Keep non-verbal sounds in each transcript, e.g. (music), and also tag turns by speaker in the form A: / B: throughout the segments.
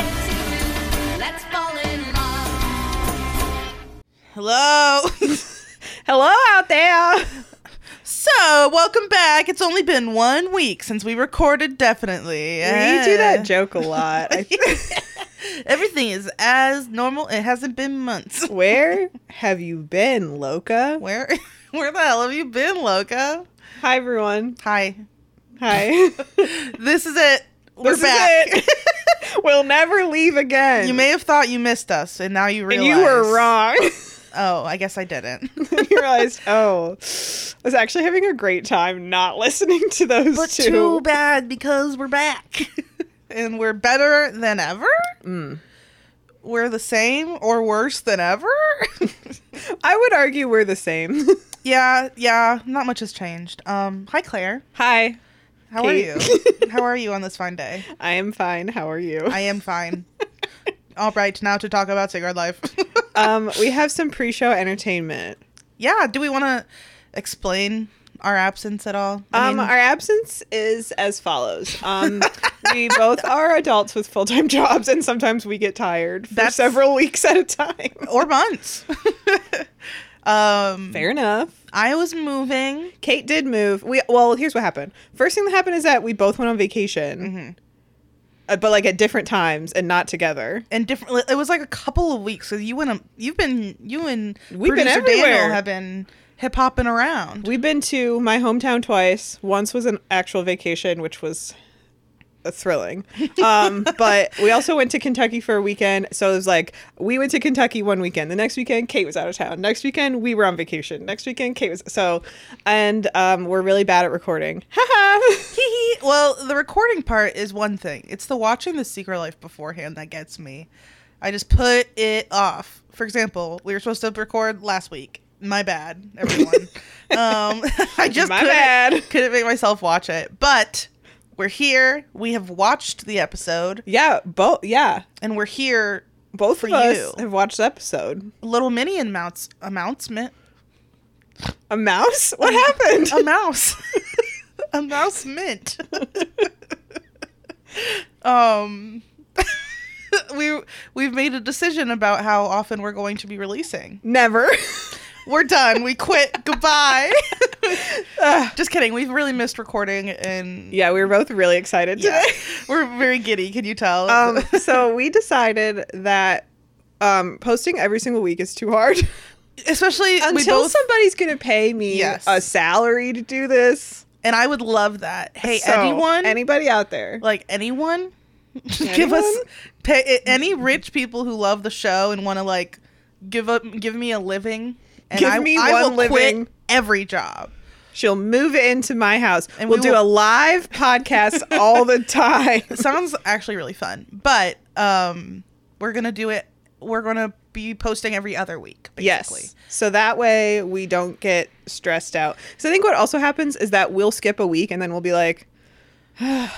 A: (laughs)
B: (laughs)
A: So, welcome back. It's only been one week since we recorded, definitely.
B: We do that joke a lot.
A: (laughs)
B: I think.
A: Everything is as normal. It hasn't been months.
B: Where have you been, Loca?
A: Where (laughs) where the hell have you been, Loca?
B: Hi, everyone.
A: Hi. (laughs)
B: Hi. (laughs)
A: This is it. We're
B: This is
A: back.
B: it. (laughs) we'll never leave again.
A: You may have thought you missed us, and now you
B: and
A: realize
B: you were wrong.
A: Oh, I guess I didn't. (laughs)
B: (laughs) you realized, oh, I was actually having a great time not listening
A: (laughs)
B: to those
A: But
B: two. (laughs)
A: too bad because we're back, (laughs) and we're better than ever.
B: Mm.
A: We're the same or worse than ever. (laughs)
B: I would argue we're the same. (laughs)
A: yeah, yeah. Not much has changed. Um, hi Claire.
B: Hi,
A: How are
B: Kate.
A: you? (laughs) How are you on this fine day?
B: I am fine. How are you?
A: I am (laughs) fine. All right, now to talk about cigarette life. (laughs)
B: um, we have some pre-show entertainment.
A: yeah, do we want to explain our absence at all? I
B: Um,
A: mean,
B: our absence is as follows.
A: (laughs)
B: Um, we both are adults with full time jobs, and sometimes we get tired for
A: That's-
B: several weeks at a time.
A: or months. (laughs) um,
B: Fair enough.
A: I was moving.
B: Kate did move. We well, here's what happened. First thing that happened is that we both went on vacation,
A: Mm-hmm.
B: uh, but like at different times and not together.
A: And different. It was like a couple of weeks. So you and you've been you and
B: We've been
A: producer
B: everywhere.
A: Daniel have been hip hopping around.
B: We've been to my hometown twice. Once was an actual vacation, which was uh, thrilling. Um,
A: (laughs)
B: but we also went to Kentucky for a weekend. So it was like we went to Kentucky one weekend. The next weekend, Kate was out of town. Next weekend, we were on vacation. Next weekend, Kate was so. And um, we're really bad at recording. (laughs)
A: Hee hee. well, the recording part is one thing. It's the watching the Secret Life beforehand that gets me. I just put it off. For example, we were supposed to record last week. My bad,
B: (laughs)
A: everyone. um, (laughs) I just
B: My
A: couldn't-
B: bad.
A: couldn't make myself watch it. But we're here. We have watched the episode,
B: yeah, both. Yeah,
A: and we're here.
B: both
A: For
B: of us
A: you.
B: have watched the episode.
A: Little mini amounts announcement.
B: A mouse. What
A: (laughs)
B: happened?
A: A mouse. a mouse mint. (laughs) um (laughs) we we've made a decision about how often we're going to be releasing. (laughs)
B: (laughs) Never.
A: We're done. We quit. (laughs) Goodbye. Uh,
B: Ugh.
A: Just kidding. We've really missed recording and
B: yeah, we were both really excited
A: yeah.
B: today.
A: (laughs) We're very giddy, can you tell? (laughs)
B: um, so we decided that um, posting every single week is too hard. (laughs)
A: Especially we
B: Until
A: both
B: somebody's going to pay me
A: Yes.
B: a salary to do this.
A: and I would love that. Hey,
B: So,
A: anyone?
B: Anybody out there?
A: like anyone, (laughs) give us
B: Anyone?
A: pay, any rich people who love the show and want to like give up give me a living and
B: Give
A: I,
B: me
A: I
B: one
A: will
B: living.
A: quit every job
B: She'll move into my house. And
A: And
B: we'll
A: we
B: do
A: will-
B: a live
A: (laughs)
B: podcast all the time. (laughs)
A: sounds actually really fun but um we're gonna do it we're gonna be posting every other week basically
B: Yes. So that way we don't get stressed out. So I think what also happens is that we'll skip a week and then we'll be like,
A: Well,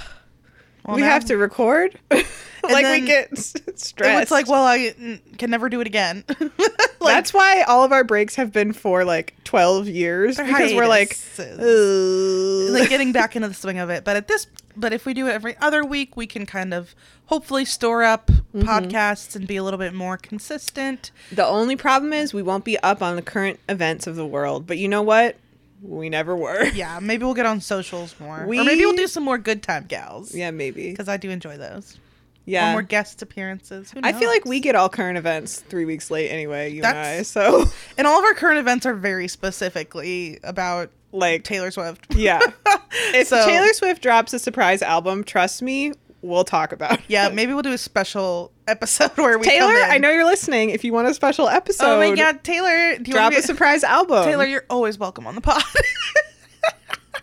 B: we
A: now-
B: have to record. (laughs) like
A: then-
B: we get (laughs) s-
A: and
B: stressed.
A: it's like well I mm, can never do it again (laughs)
B: That's why all of our breaks have been for like 12 years because we're like,
A: hiatuses.
B: "Ugh." (laughs)
A: like getting back into the swing of it. But at this, but if we do it every other week, we can kind of hopefully store up
B: Mm-hmm.
A: podcasts and be a little bit more consistent.
B: the only problem is we won't be up on the current events of the world. But you know what? We never were. (laughs) Yeah,
A: Yeah, maybe we'll get on socials more,
B: We-
A: or maybe we'll do some more good time gals.
B: maybe.
A: because I do enjoy those. Or
B: Yeah.
A: more guest appearances. Who
B: I feel like
A: knows?
B: we get all current events three weeks late anyway, you and I.
A: That's-
B: So, (laughs)
A: and all of our current events are very specifically about
B: like,
A: Taylor Swift.
B: (laughs) yeah. If
A: So-
B: Taylor Swift drops a surprise album, trust me, we'll talk about it.
A: Yeah, maybe we'll do a special episode (laughs) where we
B: Oh. Taylor,
A: come in.
B: I know you're listening. If you want a special episode,
A: Oh my god, Taylor! Do you
B: drop
A: want
B: a
A: to be-
B: surprise
A: (laughs)
B: album.
A: Taylor, you're always welcome on the pod. (laughs)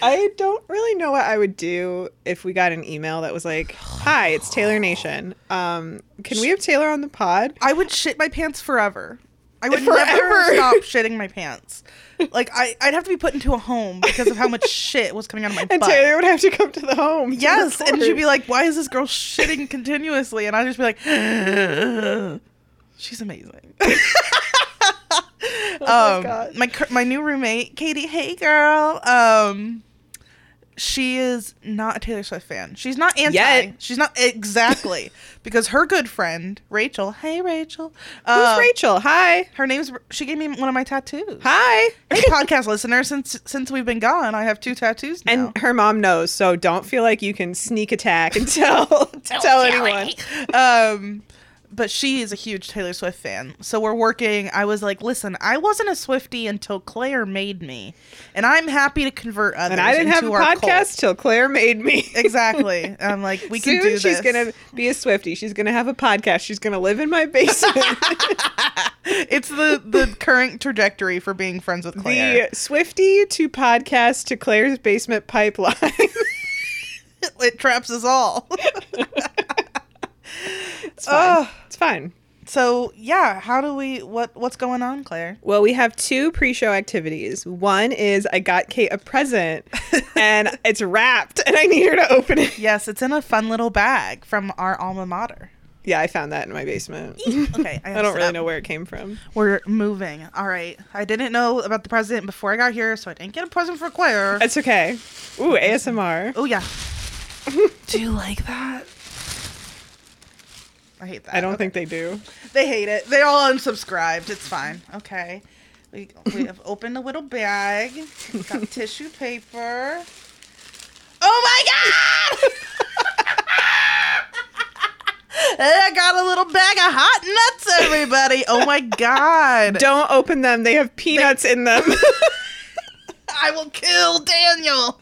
B: I don't really know what I would do if we got an email that was like, "Hi, it's Taylor Nation. Um, can we have Taylor on the pod?"
A: I would shit my pants forever. I would
B: Forever.
A: never stop shitting my pants. Like I, I'd have to be put into a home because of how much shit was coming out of my
B: (laughs) And
A: butt.
B: Taylor would have to come to the home. to
A: yes, and
B: record.
A: she'd be like, "Why is this girl shitting continuously?" And I'd just be like, "She's
B: (laughs)
A: amazing."
B: "Oh my
A: um,
B: Oh God."
A: my cur- my new roommate, Katie. Hey, girl. Um, she is not a Taylor Swift fan. She's not anti.
B: Yet.
A: She's not exactly
B: (laughs)
A: because her good friend Rachel. Hey Rachel.
B: Who's
A: uh,
B: Rachel? Hi.
A: Her name's. She gave me one of my tattoos.
B: Hi.
A: Hey, podcast listener. Since since we've been gone, I have two tattoos now.
B: And her mom knows, so don't feel like you can sneak attack and (laughs) tell tell anyone. (laughs)
A: um but she is a huge Taylor Swift fan. So we're working. I was like, listen, I wasn't a Swifty until Claire made me. And I'm happy to convert others.
B: And I didn't have a
A: into our cult."
B: podcast till Claire made me.
A: Exactly. And I'm like, we
B: Soon
A: can do this.
B: she's gonna be a Swifty. She's gonna have a podcast. She's gonna live in my basement.
A: It's the, the current trajectory for being friends with Claire. (laughs)
B: the Swifty to podcast to Claire's basement pipeline. (laughs)
A: it traps us all.
B: it's fine. it's fine.
A: so yeah, how do we what what's going on, Claire?
B: Well, we have two pre-show activities. One is I got Kate a (laughs) present, and it's wrapped, and I need her to open it.
A: Yes, it's in a fun little bag from our alma mater.
B: Yeah, I found that in my basement. (laughs)
A: Okay, I,
B: I don't really
A: know.
B: know where it came from.
A: We're moving. All right. I didn't know about the president before I got here, so I didn't get a present for Claire.
B: That's okay. Ooh, ASMR.
A: oh
B: (laughs)
A: yeah. do you like that? I hate that.
B: I don't think they do.
A: they hate it. They all unsubscribed. It's fine. Okay. We, we have opened a little bag. We've
B: (laughs)
A: got tissue paper. Oh my god! (laughs) I got a little bag of hot nuts, everybody. Oh my god.
B: (laughs) Don't open them. They have peanuts in (laughs) them.
A: I will kill Daniel.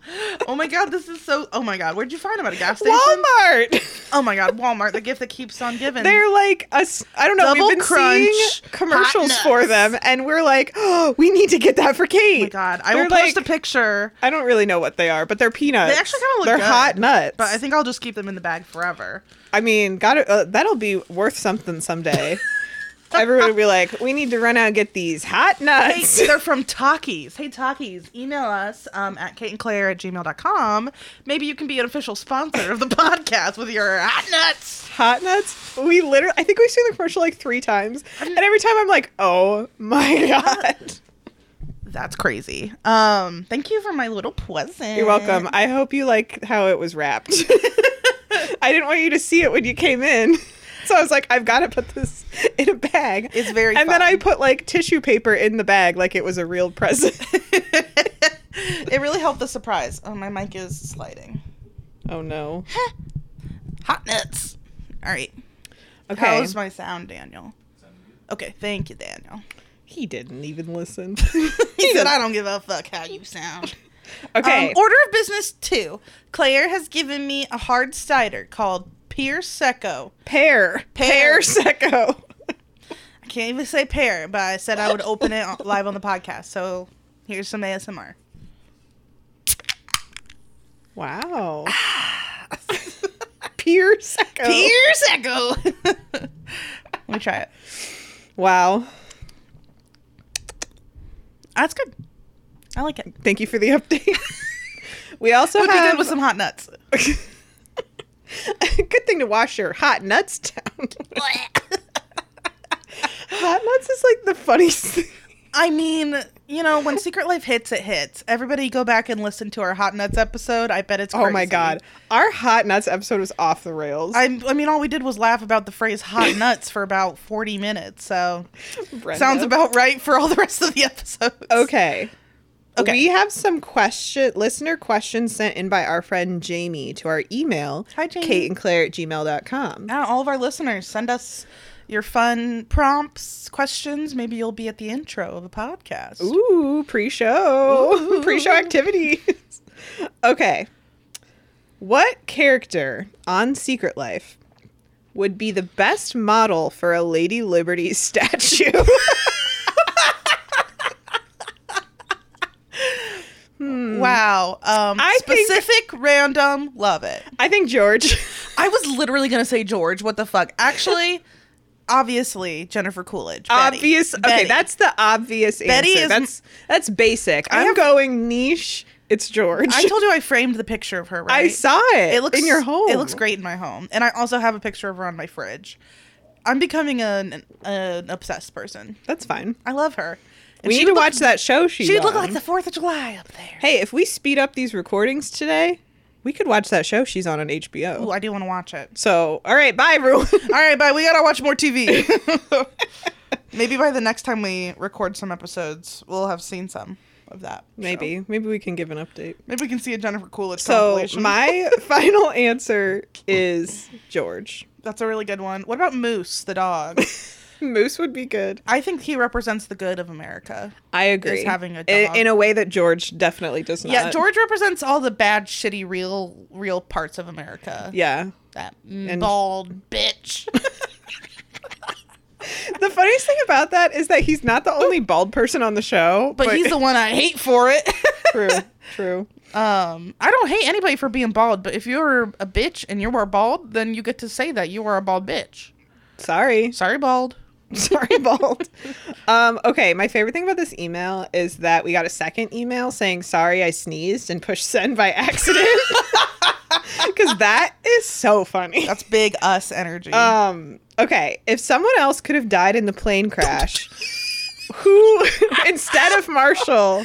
A: Oh my god, this is so. Oh my god, where'd you find him at a gas
B: (laughs)
A: station?
B: Walmart.
A: Oh my god, Walmart, the gift that keeps on giving.
B: They're like us. I don't know.
A: Double
B: we've been
A: crunch,
B: seeing commercials
A: hot
B: for
A: nuts.
B: them, and we're like, oh, we need to get that for Kate.
A: Oh my god, I
B: They're
A: will post
B: like-
A: a picture,
B: I don't really know what they are, but they're peanuts.
A: They actually kinda look
B: They're
A: good,
B: hot nuts.
A: but I think I'll just keep them in the bag forever.
B: I mean, got to uh, that'll be worth
A: (laughs)
B: something someday. Everyone will be like, we need to run out and get these hot
A: Hey,
B: nuts.
A: they're from Talkies. Hey, Talkies, email us um, at kateandclaire at gmail.com. Maybe you can be an official sponsor of the podcast with your hot nuts.
B: (laughs) hot nuts. We literally, I think we've seen the commercial like three times, and every time I'm like, oh
A: (laughs)
B: my god.
A: That's crazy. Um, thank you for my little present.
B: You're welcome. I hope you like how it
A: (laughs)
B: was wrapped. I didn't want you to see it when you came in. So I was like, I've got to put this in a bag.
A: It's very
B: And then I
A: fun.
B: put like tissue paper in the bag like it was a
A: (laughs)
B: real present.
A: it really helped the surprise. Oh, my mic is sliding.
B: oh no.
A: Hot nuts. All right.
B: Okay.
A: How's my sound, Daniel? Okay, thank you,
B: (laughs)
A: Daniel.
B: he didn't even listen.
A: (laughs) He said, I don't give a fuck how you sound.
B: (laughs) okay.
A: Um, order of business two. Claire has given me a hard cider called Pier Secco.
B: pear.
A: Pear.
B: Pear secco.
A: I can't even say pear, but I said I would open
B: (laughs)
A: it on- live on the podcast. So here's some ASMR.
B: (laughs) Wow. Pear secco.
A: Pier Secco. (laughs) Let me try it.
B: Wow.
A: That's Ah, good. I like it.
B: Thank you for the
A: (laughs)
B: update. we also
A: Would be
B: have
A: good with some hot nuts.
B: (laughs) Good thing to wash your hot
A: (laughs)
B: nuts down. hot nuts is like the funniest
A: (laughs)
B: thing.
A: I mean, you know, when Secret Life hits, it hits. Everybody go back and listen to our Hot Nuts episode. I bet it's
B: Oh my
A: crazy.
B: god. Our hot nuts episode was off the rails.
A: I, I mean, all we did was laugh about the phrase (laughs) hot nuts for about 40 minutes. So,
B: Brenda.
A: sounds about right for all the rest of the episodes.
B: Okay.
A: Okay.
B: We have some question listener questions sent in by our friend Jamie to our email.
A: Hi, Jamie.
B: Kate and Claire at gmail.com.
A: Now, all of our listeners, send us your fun prompts, questions. Maybe you'll be at the intro of the podcast.
B: Ooh, pre-show. (laughs) Pre-show activities. (laughs) okay. What character on Secret Life would be the best model for a Lady Liberty (laughs) statue?
A: Wow. Um,
B: I think-
A: specific, random, love it.
B: I think George.
A: I was literally gonna say George. What the fuck? Actually, (laughs) obviously Jennifer Coolidge. (laughs) Betty.
B: obvious. Okay,
A: Betty.
B: that's the obvious
A: Betty
B: answer.
A: is-
B: that's that's basic.
A: I
B: I'm
A: have-
B: going niche. It's George.
A: I told you I framed the picture of her. Right?
B: (laughs) I saw it.
A: It looks
B: in your home.
A: It looks great in my home, and I also have a picture of her on my fridge. I'm becoming an an obsessed person.
B: That's fine.
A: I love her.
B: we
A: she
B: need to
A: would look-
B: watch that show. She
A: She'd look like
B: on.
A: the Fourth of July up there.
B: Hey, if we speed up these recordings today, we could watch that show she's on on HBO.
A: Ooh, I do want to watch it.
B: So, all right, bye everyone. (laughs)
A: All right, bye. We gotta watch more TV. Maybe by the next time we record some episodes, we'll have seen some of that. show.
B: maybe, maybe we can give an update.
A: Maybe we can see a Jennifer Coolidge
B: So,
A: compilation.
B: my (laughs) final answer is George.
A: That's a really good one. What about Moose the
B: (laughs)
A: dog?
B: Moose would be good.
A: I think he represents the good of America.
B: I agree.
A: having a
B: I-
A: dog.
B: in a way that George definitely does not.
A: Yeah, George represents all the bad, shitty, real, real parts of America.
B: Yeah.
A: That
B: And-
A: bald (laughs) bitch.
B: The funniest thing about that is that he's not the only bald person on the show,
A: but he's the one I hate for (laughs) it.
B: true, true.
A: um, I don't hate anybody for being bald, but if you're a bitch and you are bald, then you get to say that you are a bald bitch.
B: Sorry.
A: Sorry, bald.
B: (laughs) Sorry, bald. um, okay, my favorite thing about this email is that we got a second email saying, Sorry, I sneezed and pushed send by accident. (laughs) Because that is so funny.
A: That's big us energy.
B: Um, okay, if someone else could have died in the plane crash, who, (laughs) instead of Marshall,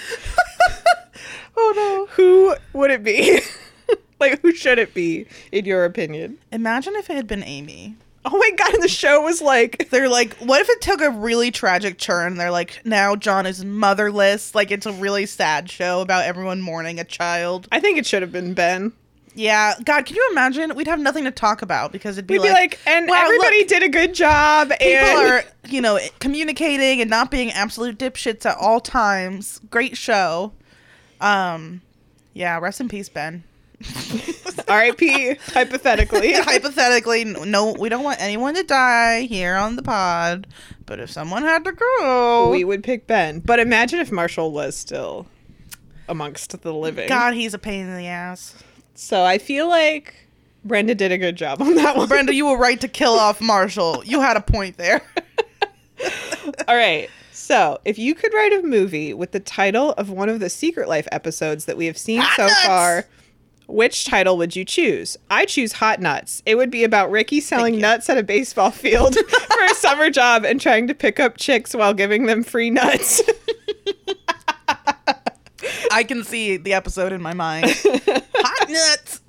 A: (laughs) oh no.
B: who would it be? (laughs) like, who should it be, in your opinion?
A: Imagine if it had been Amy.
B: Oh my God, and the show was like,
A: They're like, what if it took a really tragic turn? They're like, now John is motherless. Like, it's a really sad show about everyone mourning a child.
B: I think it should have been Ben.
A: Yeah, God, can you imagine? We'd have nothing to talk about because it'd be,
B: We'd be like, and
A: wow,
B: everybody
A: look,
B: did a good job.
A: people
B: and (laughs)
A: are, you know, communicating and not being absolute dipshits at all times. Great show. Um, yeah, rest in peace, Ben.
B: R.I.P. Hypothetically,
A: (laughs) Hypothetically, n- no, we don't want anyone to die here on the pod. But if someone had to go,
B: we would pick Ben. But imagine if Marshall was still amongst the living.
A: God, he's a pain in the ass.
B: So I feel like Brenda did a good job on that one.
A: Brenda, you were right to kill off Marshall. You had a point there. (laughs)
B: All right. So if you could write a movie with the title of one of the Secret Life episodes that we have seen
A: Hot
B: so
A: Nuts!
B: far. Which title would you choose? I choose Hot Nuts. It would be about Ricky selling nuts at a
A: (laughs)
B: baseball field for a summer job and trying to pick up chicks while giving them free nuts. (laughs)
A: I can see the episode in my
B: (laughs)
A: mind. Hot nuts.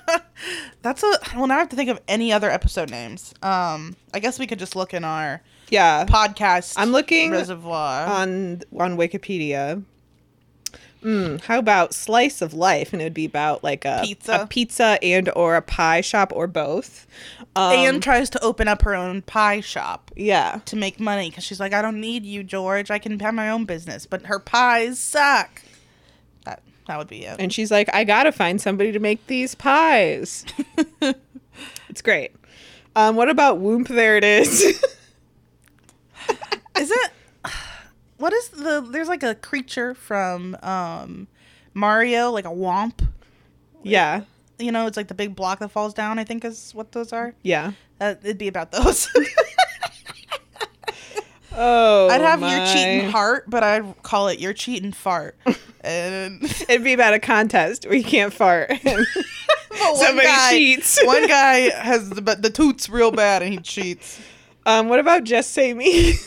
A: (laughs) That's a well. Now I have to think of any other episode names. Um, I guess we could just look in our
B: yeah.
A: podcast.
B: I'm looking uh,
A: reservoir.
B: on on Wikipedia. Mm, how about slice of life? And it would be about like a
A: Pizza.
B: a pizza and or a pie shop or both. Um,
A: Anne tries to open up her own pie shop
B: yeah,
A: to make money because she's like, I don't need you, George. I can have my own business. But her pies suck. That that would be it.
B: and she's like, I gotta find somebody to make these (laughs) pies. it's great. Um, what about Whoomp? There it is. (laughs)
A: Is it? (sighs) What is the? There's like a creature from um, Mario, like a womp.
B: yeah,
A: you know, it's like the big block that falls down. I think is what those are.
B: yeah.
A: Uh, it'd be about those. (laughs)
B: Oh,
A: I'd have your
B: my.
A: cheating heart, but I'd call it your cheating
B: (laughs)
A: fart. And (laughs)
B: It'd be about a contest where you can't (laughs) fart. (laughs)
A: But one
B: Somebody
A: guy-
B: cheats.
A: (laughs) one
B: (laughs)
A: guy has the but the toots real bad, and he cheats.
B: um, what about just say me? (laughs)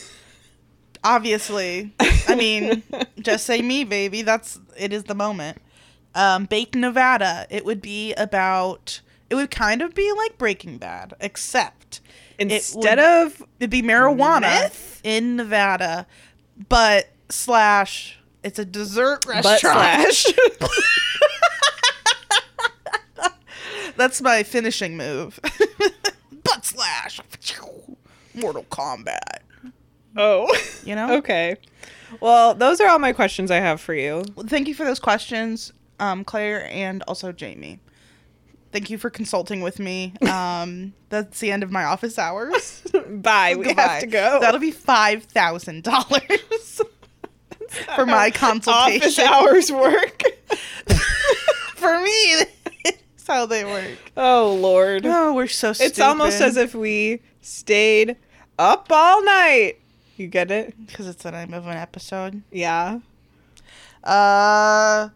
A: Obviously, I mean, just say me, baby. That's it. Is the moment. Um, Baked Nevada. It would be about. It would kind of be like Breaking Bad, except
B: Instead
A: would-
B: of
A: it'd be marijuana
B: Meth?
A: in Nevada, but slash it's a dessert
B: butt
A: restaurant.
B: (laughs) slash.
A: (laughs) That's my finishing move. (laughs) butt slash. Mortal Kombat.
B: oh.
A: You know.
B: Okay. Well, those are all my questions I have for you.
A: Well, Thank you for those questions, um, Claire, and also Jamie. Thank you for consulting with
B: (laughs)
A: me. Um, that's the end of my office hours.
B: (laughs) Bye. We have to go.
A: That'll be five thousand dollars (laughs) for my consultation.
B: Office hours work.
A: (laughs) for me that's how they work
B: (laughs) oh (laughs) Lord.
A: oh we're so stupid.
B: It's almost as if we stayed up all night. You get it?
A: because it's the name of an episode
B: Yeah.
A: uh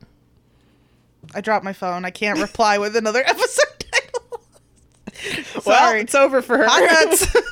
A: i dropped my phone i can't reply with another (laughs) episode (laughs) title
B: Well,
A: sorry
B: it's over for her.
A: Hot nuts.
B: (laughs)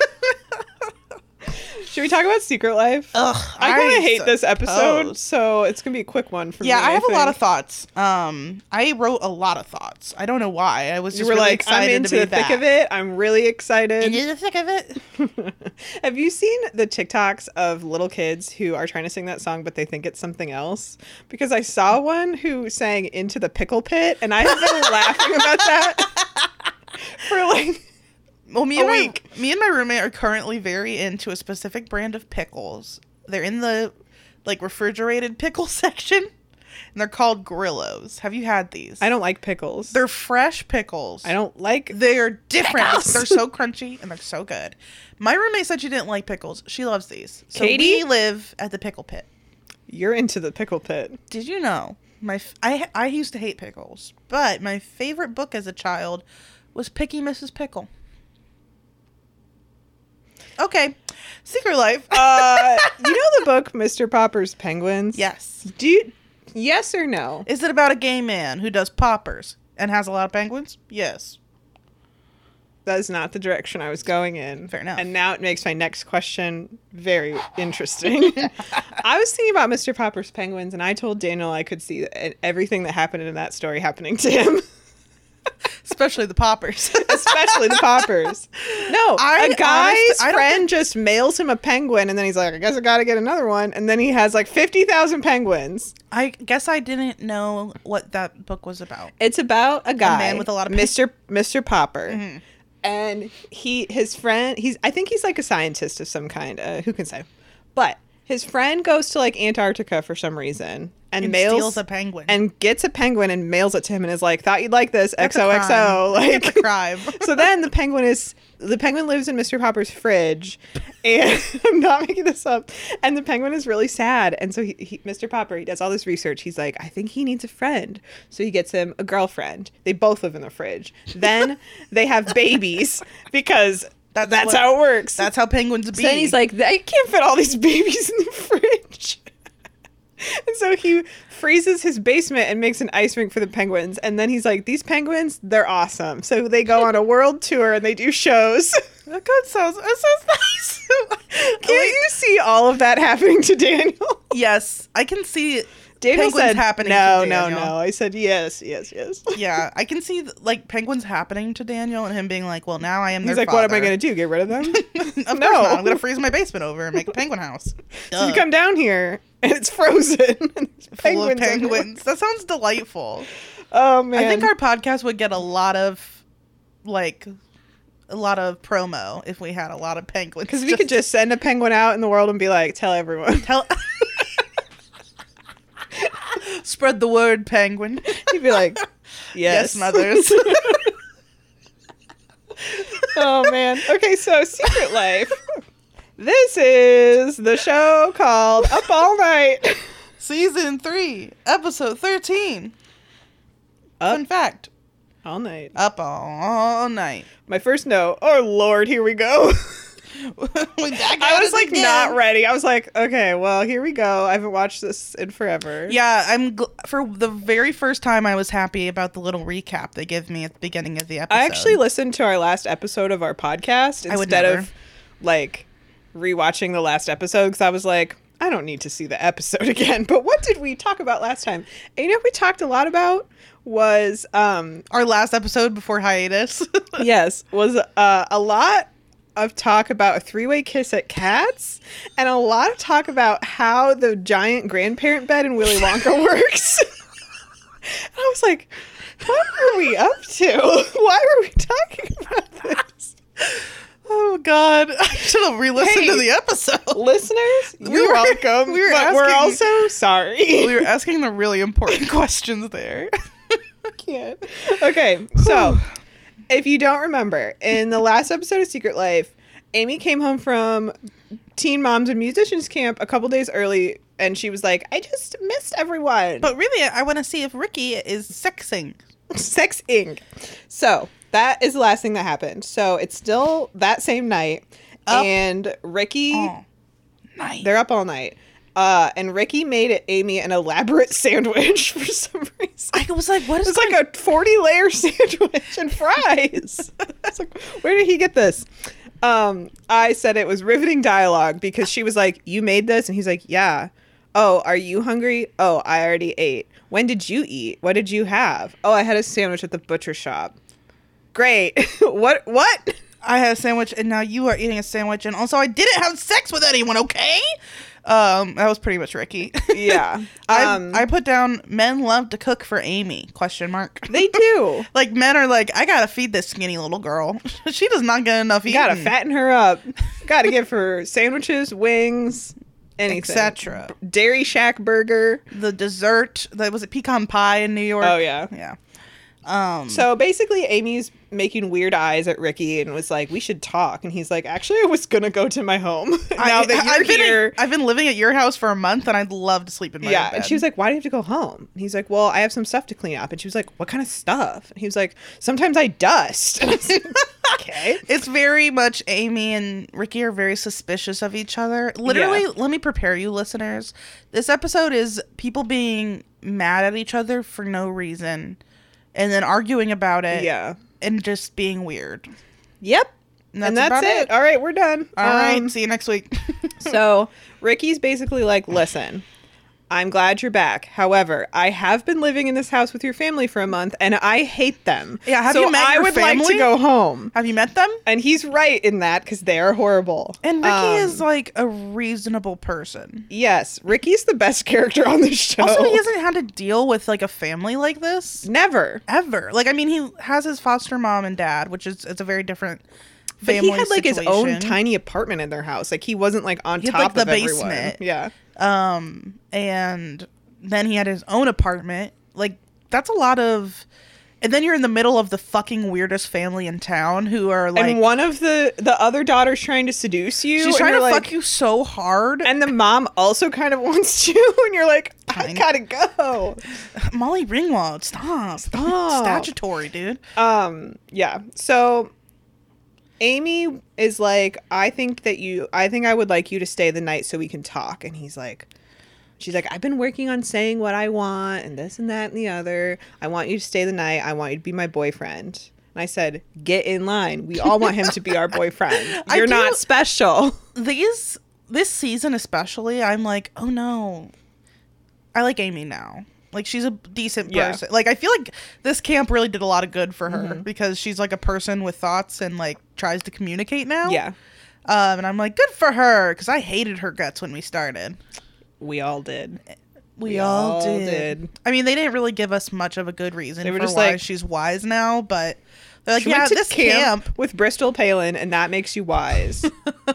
B: Should we talk about Secret Life?
A: (laughs) Ugh,
B: I kind of hate
A: so-
B: this episode,
A: Oh.
B: so it's gonna be a quick one for
A: Yeah,
B: me.
A: I have a lot of
B: think.
A: thoughts. Um, I wrote a lot of thoughts. I don't know why. I was just
B: You were
A: really
B: like, I'm
A: excited
B: into
A: to be
B: the thick
A: back.
B: of it. I'm really excited.
A: Into the thick of it.
B: (laughs) Have you seen the TikToks of little kids who are trying to sing that song, but they think it's something else? Because I saw one who sang Into the Pickle Pit, and I have been laughing about that
A: (laughs)
B: (laughs) for like.
A: Well, me
B: A
A: and my,
B: week.
A: me and my roommate are currently very into a specific brand of pickles. They're in the like refrigerated pickle (laughs) section, and they're called Grillos. Have you had these?
B: I don't like pickles.
A: They're fresh pickles.
B: I don't like.
A: They're different.
B: Pickles.
A: They're so crunchy and they're so good. My roommate said she didn't like pickles. She loves these. So
B: Katie?
A: we live at the pickle pit.
B: You're into the pickle pit.
A: Did you know my f- I I used to hate pickles, but my favorite book as a child was Picky Mrs. Pickle. Okay, Secret Life.
B: Uh, you know the book Mr. Popper's Penguins?
A: yes,
B: Do you, yes or no?
A: is it about a gay man who does poppers and has a lot of penguins? Yes.
B: That is not the direction I was going in.
A: Fair enough.
B: And now it makes my next question very interesting. (laughs) I was thinking about Mr. Popper's Penguins, and I told Daniel I could see e- everything that happened in that story happening to him, (laughs)
A: Especially the poppers. (laughs)
B: especially the poppers. No,
A: I
B: a guy's
A: honest- I don't
B: friend just mails him a penguin, and then he's like, I guess I gotta get another one. And then he has like 50,000 penguins.
A: I guess I didn't know what that book was about.
B: It's about a guy,
A: with a lot of Mm-hmm. pen-
B: Mr. Mr. Popper, and he his friend. He's I think he's like a scientist of some kind. Uh, who can say? But his friend goes to like Antarctica for some reason and,
A: And
B: mails
A: steals a penguin.
B: and gets a penguin and mails it to him and is like, "Thought you'd like this,
A: That's a
B: XOXO."
A: crime.
B: Like
A: That's a crime.
B: so then the penguin is the penguin lives in Mr. Popper's fridge, and (laughs) I'm not making this up. And the penguin is really sad, and so he, he, Mr. Popper he does all this research. He's like, I think he needs a friend, so he gets him a girlfriend. They both live in the fridge. Then they have babies because
A: That's
B: that's, that's
A: what-
B: how it works.
A: That's how penguins be.
B: So then he's like, I can't fit all these (laughs) babies in the fridge. (laughs) and so he freezes his basement and makes an ice rink for the penguins. And then he's like, these penguins, they're awesome. So they go on a world tour and they do shows. (laughs)
A: that God sounds (laughs) that sounds nice.
B: Can't you see all of that happening to Daniel? (laughs)
A: Yes, I can see
B: Daniel
A: penguins
B: said,
A: happening.
B: No,
A: to
B: no,
A: Daniel.
B: no. I said, yes, yes, yes. (laughs)
A: Yeah, I can see like penguins happening to Daniel and him being like, "Well, now I am."
B: He's
A: their
B: like, what am I
A: father."
B: going to do? Get rid of them?
A: (laughs) of course
B: No.
A: not. I'm gonna freeze my basement over and make a penguin house.
B: (laughs) So you
A: Duh.
B: come down here and it's frozen. (laughs) and there's
A: Full of
B: penguins everywhere.
A: penguins. That sounds delightful.
B: Oh, man.
A: I think our podcast would get a lot of like a lot of promo if we had a lot of penguins.
B: Because we could just send a penguin out in the world and be like, tell everyone.
A: tell (laughs) spread the word,
B: (laughs)
A: penguin.
B: He'd be like, yes,
A: yes mothers.
B: (laughs) oh, man. Okay, so Secret Life. This is the show called Up All Night.
A: Season three, episode thirteen. Fun
B: Up
A: fact.
B: All Night.
A: Up all night. (laughs)
B: My first note, oh, Lord, here we go. (laughs) I was like, not ready. I was like, okay, well, here we go. I haven't watched this in forever.
A: Yeah, I'm gl- for the very first time I was happy about the little recap they give me at the beginning of the episode.
B: I actually listened to our last episode of our podcast
A: I would
B: instead
A: never.
B: of like rewatching the last episode because I was like, I don't need to see the episode (laughs) again. But what did we talk about last time? And you know, what we talked a lot about was um
A: our last episode before hiatus. (laughs)
B: yes was uh, a lot of talk about a three-way kiss at cats and a lot of talk about how the giant grandparent bed in willy (laughs) wonka works And i was like what were we up to (laughs) why were we talking about this
A: oh god, I should have re-listened
B: Hey.
A: to the episode.
B: listeners you're
A: were-
B: (laughs) welcome
A: we were
B: but we're
A: asking-
B: also
A: (laughs)
B: sorry (laughs)
A: We were asking the really important (laughs) questions there.
B: can't. Okay, so if you don't remember, in the last episode of Secret Life, Amy came home from Teen Moms and Musicians Camp a couple days early, and she was like, "I just missed everyone."
A: But really, I want to see if Ricky is sexing.
B: Sex Inc. So that is the last thing that happened. So it's still that same night,
A: Up.
B: and Ricky,
A: Oh, nice.
B: they're up all night. Uh, and Ricky made Amy an elaborate sandwich (laughs) for some reason.
A: I was like, what is
B: It's like (laughs) a 40 layer sandwich and fries. it's like, where did he get this? Um, I said it was riveting dialogue because she was like, "You made this," and he's like, "Yeah." Oh, are you hungry? Oh, I already ate. When did you eat? What did you have? Oh, I had a sandwich at the butcher shop. Great. (laughs) what? What?
A: I had a sandwich, and now you are eating a sandwich, and also I didn't have sex with anyone. Okay, um, that was pretty much Ricky. (laughs)
B: Yeah. (laughs)
A: I
B: um,
A: I put down men love to cook for Amy? Question mark.
B: they do.
A: like men are like, I gotta feed this skinny little girl. (laughs) she does not get enough
B: (laughs) You
A: eating.
B: gotta fatten her up. gotta give her sandwiches, wings, anything.
A: etc.
B: Dairy Shack burger.
A: The dessert that was it pecan pie in New York.
B: Oh yeah.
A: yeah. Um,
B: So basically, Amy's making weird eyes at Ricky and was like, "We should talk." And he's like, "Actually, I was gonna go to my home (laughs) now
A: I,
B: that you're
A: have been at-
B: here."
A: (laughs) I've been living at your house for a month, and I'd love to sleep in my
B: yeah,
A: own bed.
B: and she was like, "Why do you have to go home?" And he's like, "Well, I have some stuff to clean up." And she was like, "What kind of stuff?" And he was like, "Sometimes I dust."
A: (laughs)
B: (laughs) And I was like, okay.
A: it's very much Amy and Ricky are very suspicious of each other. Literally, let me prepare you, listeners. This episode is people being mad at each other for no reason, and then arguing about it.
B: Yeah.
A: and just being weird.
B: Yep.
A: And
B: and that's
A: about
B: it. All right, we're done.
A: All right,
B: Um,
A: see you next week. (laughs)
B: so Ricky's basically like, listen, I'm glad you're back. However, I have been living in this house with your family for a month and I hate them.
A: Yeah, have
B: so
A: you met
B: I
A: your
B: would like to
A: family?
B: go home.
A: Have you met them?
B: And he's right in that because they are horrible.
A: And Ricky
B: Um,
A: is like a reasonable person.
B: Yes, Ricky's the best (laughs) character on the show.
A: Also, he hasn't had to deal with like a family like this
B: never.
A: ever. Like, I mean, he has his foster mom and dad, which is it's a very different.
B: But
A: Family
B: he had like his own
A: situation.
B: tiny apartment in their house. Like he wasn't like on
A: He had,
B: top
A: like, the
B: of everyone.
A: basement.
B: Yeah.
A: um and then he had his own apartment like that's a lot of and then you're in the middle of the fucking weirdest family in town who are like
B: and one of the the other daughters trying to seduce you.
A: she's
B: and
A: trying to
B: you're like,
A: fuck you so hard and
B: and the mom also kind of (laughs) wants to, and you're like, I
A: Kind.
B: gotta go.
A: (laughs) molly ringwald stop (laughs)
B: Stop.
A: statutory dude
B: Um, yeah. So Amy is like, I think that you, I think I would like you to stay the night so we can talk. And he's like, she's like, I've been working on saying what I want and this and that and the other. I want you to stay the night. I want you to be my boyfriend. And I said, get in line. We all want him to be our boyfriend.
A: (laughs) I
B: You're not
A: do-
B: special.
A: these this season especially i'm like oh no i like amy now like she's a decent
B: Yeah. Mm-hmm.
A: person like i feel like this camp really did a lot of good for her because she's like a person with thoughts and like tries to communicate now
B: Yeah.
A: Um, and I'm like, good for her, because I hated her guts when we started.
B: We all did.
A: We,
B: We
A: all,
B: all
A: did.
B: did.
A: I mean, they didn't really give us much of a good reason
B: They were
A: for
B: just
A: why
B: like-
A: she's wise now, but they're like,
B: She
A: yeah,
B: went to
A: this camp,
B: with Bristol Palin, and that makes you wise.
A: (laughs)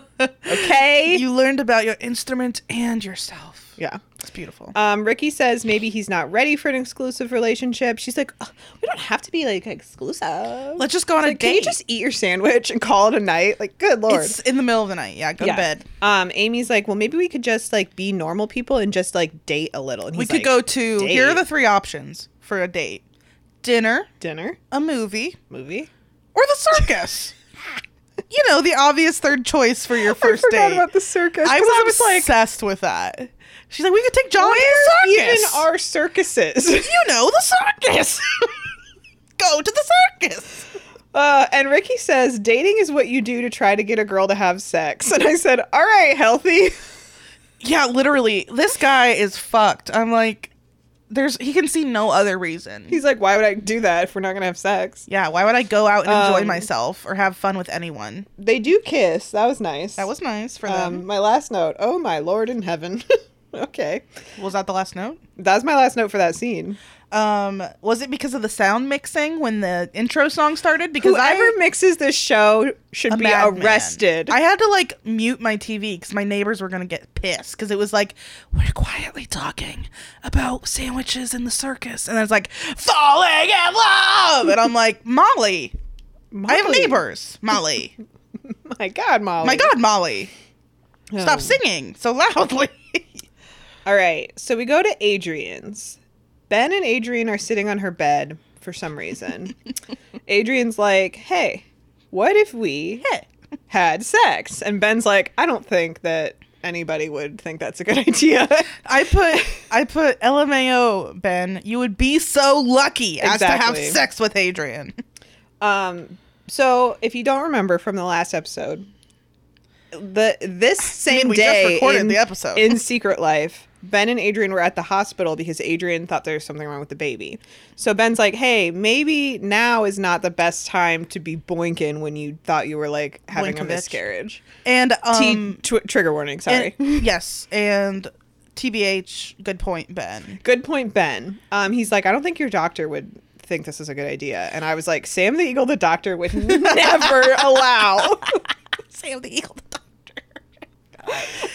B: okay.
A: you learned about your instrument and yourself.
B: yeah.
A: It's beautiful.
B: Um, Ricky says maybe he's not ready for an exclusive relationship. She's like, "Ugh, we don't have to be like exclusive.
A: Let's just go on a
B: like,
A: date.
B: can you just eat your sandwich and call it a night? Like, good lord.
A: it's in the middle of the night. Yeah, go
B: Yeah.
A: to bed.
B: Um, Amy's like, well, maybe we could just like be normal people and just like date a little. And
A: We
B: he's
A: could
B: like,
A: go to, here are
B: date.
A: the three options for a date dinner,
B: dinner,
A: a movie,
B: movie.
A: or the
B: (laughs)
A: circus. you know, the obvious third choice for your first
B: I forgot
A: date.
B: about the circus.
A: I
B: 'cause
A: was,
B: like,
A: obsessed with that. She's like, we could take John
B: where
A: to the circus.
B: even are circuses? (laughs)
A: you know the circus. (laughs) Go to the circus.
B: Uh, and Ricky says, dating is what you do to try to get a girl to have sex. (laughs) And I said, all right, healthy. (laughs)
A: Yeah, literally, this guy is fucked. I'm like, there's he can see no other reason.
B: He's like, why would I do that if we're not going to have sex?
A: yeah, why would I go out and enjoy
B: Um,
A: myself or have fun with anyone?
B: They do kiss. That was nice.
A: That was nice for
B: um,
A: them.
B: my last note. Oh, my Lord in heaven. (laughs) okay.
A: was that the last note?
B: That's my last note for that scene.
A: Um, was it because of the sound mixing when the intro song started? Because I
B: Whoever mixes this show should
A: a
B: be
A: madman.
B: arrested.
A: I had to like mute my TV because my neighbors were gonna get pissed because it was like we're quietly talking about sandwiches in the circus, and then it's like falling in love, and I'm like Molly, I have
B: Molly.
A: neighbors, Molly,
B: My God, Molly.
A: my God, Molly,
B: Oh.
A: stop singing so loudly. (laughs)
B: All right. So we go to Adrian's. Ben and Adrian are sitting on her bed for
A: (laughs)
B: some reason. Adrian's like, hey, what if we
A: Hey.
B: had sex? And Ben's like, I don't think that anybody would think that's a good (laughs) idea.
A: I put I put LMAO Ben. You would be so lucky as to have
B: Exactly.
A: sex with Adrian.
B: um, so if you don't remember from the last episode, the this
A: I mean,
B: same
A: we
B: day
A: just recorded
B: in,
A: the episode.
B: in Secret Life, Ben and Adrian were at the hospital because Adrian thought there was something wrong with the baby. So Ben's like, "Hey, maybe now is not the best time to be boinking when you thought you were like having a
A: Boinkovich.
B: miscarriage."
A: and um,
B: T- tw- trigger warning. Sorry.
A: and- yes, and TBH, good point, Ben.
B: Good point, Ben. Um, he's like, I don't think your doctor would think this is a good idea. And I was like, Sam the Eagle, the doctor would (laughs) never allow.
A: Sam the Eagle.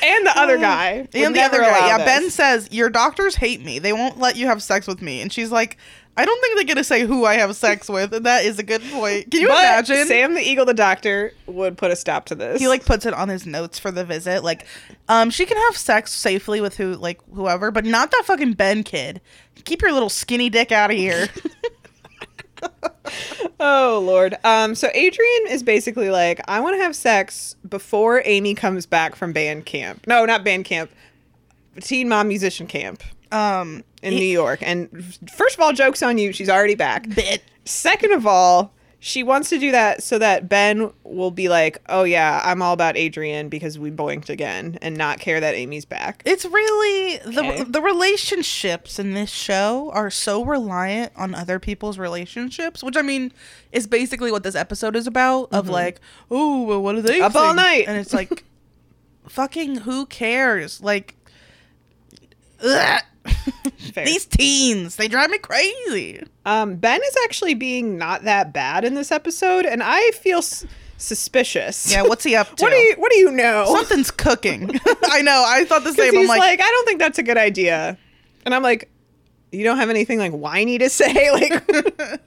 B: And the other guy. would
A: Mm. And the
B: never
A: other guy,
B: allow
A: yeah.
B: this.
A: Ben says your doctors hate me. They won't let you have sex with me. And she's like, I don't think they're gonna say who I have sex with. And that is a good point. Can you
B: But
A: imagine?
B: Sam the Eagle, the doctor would put a stop to this.
A: he like puts it on his notes for the visit. Like, um, she can have sex safely with who, like whoever, but not that fucking Ben kid. Keep your little skinny dick out of
B: (laughs)
A: here.
B: oh lord. Um, so Adrian is basically like, I want to have sex before Amy comes back from band camp. No, not band camp. Teen mom musician camp
A: um,
B: in
A: he-
B: New York. And first of all, jokes on you. She's already back.
A: bit.
B: Second of all, she wants to do that so that Ben will be like, "Oh yeah, I'm all about Adrian because we boinked again," and not care that Amy's back.
A: It's really the
B: Okay.
A: the relationships in this show are so reliant on other people's relationships, which I mean is basically what this episode is about. Of like, oh, well, what do they
B: Up all
A: think?"
B: night.
A: and it's (laughs) like, fucking, who cares? Like, (laughs) ugh.
B: Fair.
A: these teens, they drive me crazy.
B: Um, ben is actually being not that bad in this episode, and I feel s- suspicious. (laughs)
A: Yeah, what's (laughs) he up to?
B: what do you What do you (laughs) know?
A: Something's cooking. (laughs) I know. I (laughs) thought the
B: Because
A: same. I'm
B: he's like,
A: like,
B: I don't think that's a good idea, and I'm like, you don't have anything like whiny to say. (laughs) Like,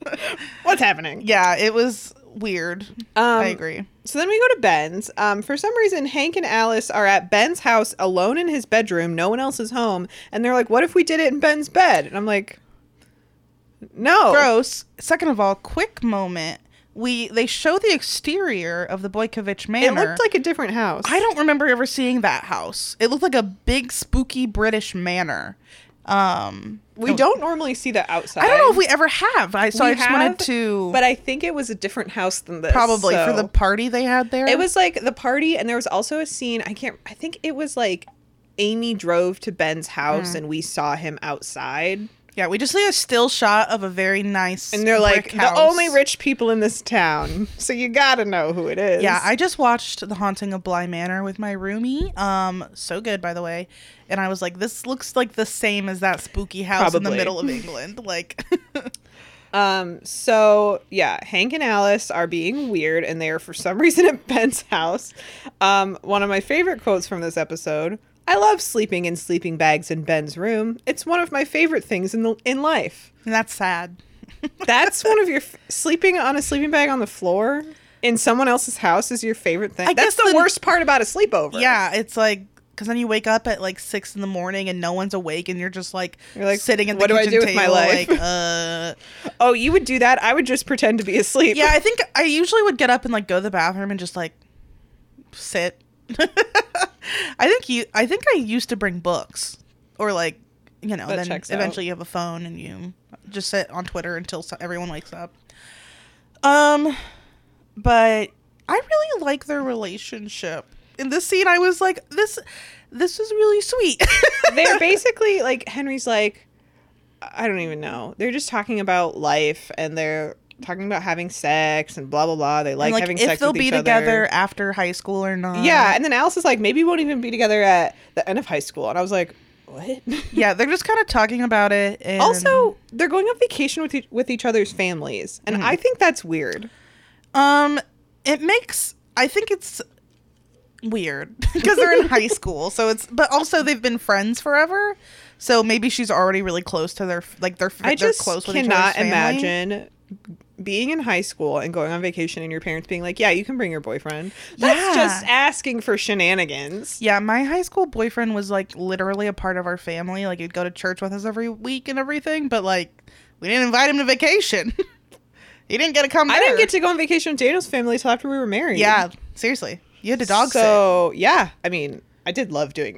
B: what's happening?
A: yeah, it was weird.
B: Um,
A: I agree.
B: So then we go to Ben's. Um, for some reason, Hank and Alice are at Ben's house alone in his bedroom. No one else is home. And they're like, what if we did it in Ben's bed? And I'm like, no.
A: Gross. Second of all, quick moment. We they show the exterior of the Boykovich
B: It
A: Manor.
B: looked like a different house.
A: I don't remember ever seeing that house. It looked like a big spooky British manor. Um,
B: we don't normally see the outside.
A: I don't know if we ever have. I so
B: We
A: I just
B: have,
A: wanted to
B: But I think it was a different house than this.
A: probably for
B: so-
A: the party they had there.
B: It was like the party, and there was also a scene. I can't. I think it was like Amy drove to Ben's house,
A: Hmm.
B: and we saw him outside.
A: yeah. We just see a still shot of a very nice
B: And they're like
A: brick
B: the
A: house.
B: only rich people in this town, so you gotta know who it is.
A: Yeah, I just watched The Haunting of Bly Manor with my roomie. Um, so good by the way. And I was like, this looks like the same as that spooky house in the
B: Probably.
A: middle of England. (laughs) Like,
B: Um. So yeah, Hank and Alice are being weird, and they are for some (laughs) reason at Ben's house. Um. One of my favorite quotes from this episode: "I love sleeping in sleeping bags in Ben's room. It's one of my favorite things in the in life.
A: and that's sad.
B: That's one of your f- (laughs) sleeping on a sleeping bag on the floor." In someone else's house is your favorite thing.
A: I
B: That's
A: guess
B: the,
A: the-
B: worst part about a sleepover.
A: Yeah, it's like because then you wake up at like six in the morning and no one's awake, and you're just like,
B: You're like,
A: sitting at the
B: "What do I
A: kitchen
B: do with
A: table,
B: my life?" (laughs)
A: like, uh.
B: Oh, you would do that. I would just pretend to be asleep.
A: yeah, I think I usually would get up and like go to the bathroom and just like sit. (laughs) I think you. I think I used to bring books or like you know.
B: That
A: then
B: checks out.
A: eventually you have a phone and you just sit on Twitter until so- everyone wakes up. Um, but I really like their relationship. In this scene, I was like, this, this is really sweet. (laughs)
B: they're basically like Henry's like I don't even know. They're just talking about life and they're talking about having sex and blah blah blah. They like,
A: And, like
B: having
A: if
B: sex.
A: they'll
B: with
A: be
B: each
A: together uh,
B: Other.
A: after high school or not.
B: Yeah, and then Alice is like, maybe we won't even be together at the end of high school. And I was like,
A: (laughs)
B: what?
A: yeah, they're just kind of talking about it. And
B: also, they're going on vacation with each, with each other's families,
A: Mm.
B: and I think that's weird.
A: Um, it makes. I think it's weird (laughs) because they're in high school, so it's. But also, they've been friends forever, so maybe she's already really close to their like they're.
B: I
A: they're
B: just
A: close with each other's
B: cannot
A: family.
B: imagine being in high school and going on vacation and your parents being like, "Yeah, you can bring your boyfriend." That's
A: Yeah.
B: just asking for shenanigans.
A: Yeah, my high school boyfriend was like literally a part of our family. Like he'd go to church with us every week and everything, but like we didn't invite him to vacation. (laughs) he didn't get to come.
B: I
A: there.
B: didn't get to go on vacation with Daniel's family until after we were married.
A: Yeah, seriously, you had to dog sit.
B: So yeah, I mean, I did love doing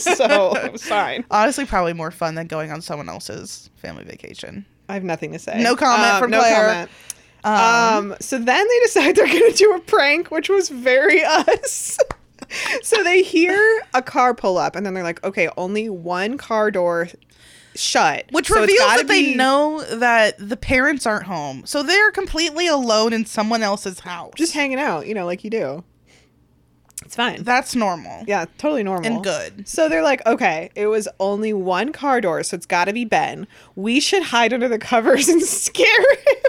A: (laughs)
B: (laughs) so it was fine.
A: Honestly, probably more fun than going on someone else's family vacation.
B: I have nothing to say.
A: No comment from
B: no
A: Claire. Um,
B: comment. (laughs) Um, so then they decide they're gonna do a prank, which was very (laughs) us. so they hear a car pull up, and then they're like, okay, only one car door shut.
A: Which
B: So it's
A: reveals
B: gotta
A: that they
B: be-
A: know that the parents aren't home. So they're completely alone in someone else's house.
B: just hanging out, you know, like you do. It's fine.
A: That's normal.
B: yeah, totally normal.
A: And good.
B: So they're like, okay, it was only one car door, so it's got to be Ben. We should hide under the covers (laughs) and scare him. (laughs)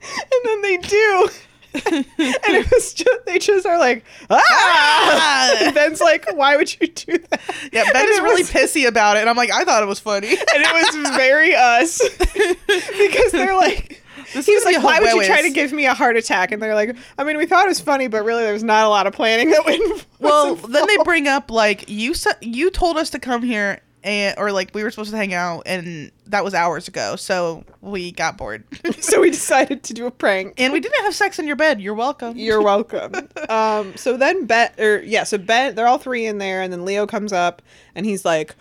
B: and then
A: (laughs)
B: they do. and it was just, they just are like, ah!
A: Ah!
B: (laughs) And Ben's like, why would you do that?
A: Yeah, Ben
B: And
A: is
B: it
A: really
B: was-
A: pissy about it. And I'm like, I thought it was funny. (laughs)
B: (laughs) and it was very us because they're like
A: This
B: he
A: is
B: was
A: gonna
B: like
A: be
B: why would you try to
A: hilarious."
B: give me a heart attack and they're like i mean we thought it was funny but really there was not a lot of planning that went (laughs) was
A: well,
B: involved."
A: then they bring up like you sa- you told us to come here and or like we were supposed to hang out and that was hours ago. So we got
B: (laughs)
A: bored.
B: so we decided to do a prank
A: and we didn't have sex in your bed. You're welcome.
B: you're
A: (laughs)
B: welcome um so then ben or yeah so ben they're all three in there and then leo comes up and he's like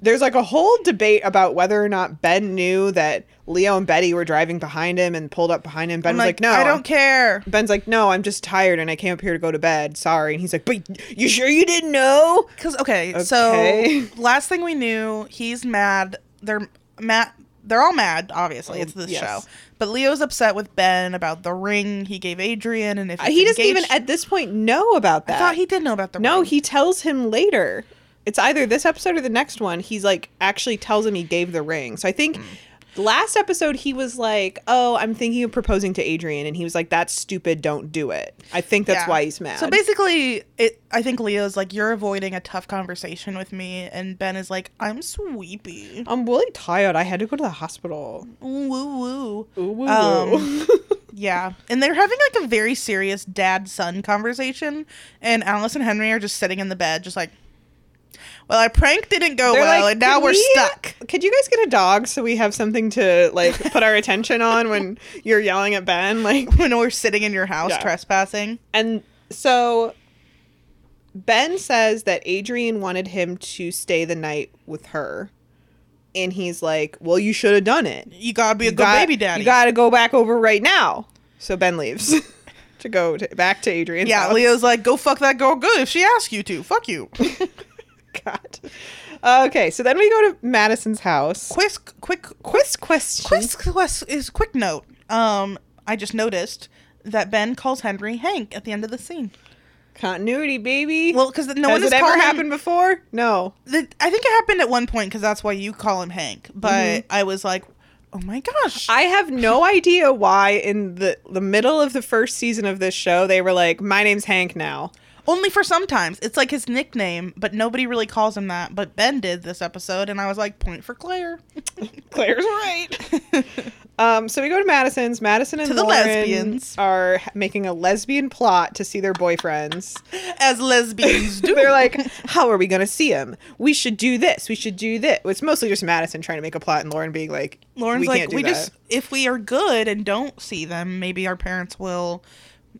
B: there's like a whole debate about whether or not ben knew that leo and betty were driving behind him and pulled up behind him ben
A: I'm
B: was
A: like,
B: like no
A: I don't care.
B: Ben's like, no, I'm just tired and I came up here to go to bed. Sorry. And he's like, but you sure you didn't know?
A: Cuz okay,
B: Okay.
A: so last thing we knew, he's mad. They're mad. They're all mad, obviously.
B: Oh,
A: It's this
B: yes.
A: show. But Leo's upset with Ben about the ring he gave Adrian and if
B: Uh, He
A: it's
B: doesn't even
A: engaged-
B: at this point know about that.
A: I thought he did know about the ring.
B: no, he tells him later. It's either this episode or the next one. He's like, actually tells him he gave the ring. So I think last episode he was like, oh, I'm thinking of proposing to Adrian. And he was like, that's stupid. Don't do it. I think that's
A: Yeah.
B: why he's mad.
A: So basically, it. I think Leo's like, "You're avoiding a tough conversation with me," and Ben is like, "I'm sweepy."
B: I'm really tired. I had to go to the hospital.
A: Ooh, woo woo.
B: Ooh, woo,
A: Um, (laughs)
B: woo.
A: Yeah, and they're having like a very serious dad son conversation, and Alice and Henry are just sitting in the bed, just like, "Well, our prank didn't go
B: They're
A: well,
B: like,
A: and now
B: "Could
A: we're
B: we- (laughs)
A: stuck."
B: Could you guys get a dog so we have something to like put
A: (laughs)
B: our attention on when you're yelling at Ben? Like,
A: When we're sitting in your house
B: Yeah.
A: trespassing,
B: and so Ben says that Adrian wanted him to stay the night with her, and he's like, "Well, you should have done it.
A: you gotta be a
B: You
A: good
B: got-
A: baby daddy.
B: You got to go back over right now." So Ben leaves (laughs) to go to, back to Adrian's
A: yeah,
B: house.
A: Leo's like, "Go fuck that girl good if she asks you to. Fuck you."
B: (laughs) God. Okay, so then we go to Madison's house.
A: quick, quick
B: Quiz question.
A: Quick quest is quick note. Um, I just noticed that Ben calls Henry Hank at the end of the scene.
B: Continuity, baby.
A: Well, because no one
B: Has
A: has
B: it ever
A: called him-
B: happened before? No.
A: the- I think it happened at one point because that's why you call him Hank. But I was like, oh my gosh,
B: Mm-hmm. I have no idea why in the the middle of the first season of this show they were like, "My name's Hank now."
A: only for sometimes. It's like his nickname, but nobody really calls him that. But Ben did this episode, and I was like, point for Claire.
B: Claire's (laughs) right. um, so we go to Madison's. Madison and
A: To the
B: Lauren
A: lesbians.
B: are h- making a lesbian plot to see their boyfriends.
A: (laughs) As lesbians (laughs) do.
B: They're like, "How are we gonna see him? We should do this. We should do this." It's mostly just Madison trying to make a plot, and Lauren being like,
A: Lauren's
B: (laughs) we
A: like,
B: can't do
A: we
B: that."
A: just if we are good and don't see them, maybe our parents will,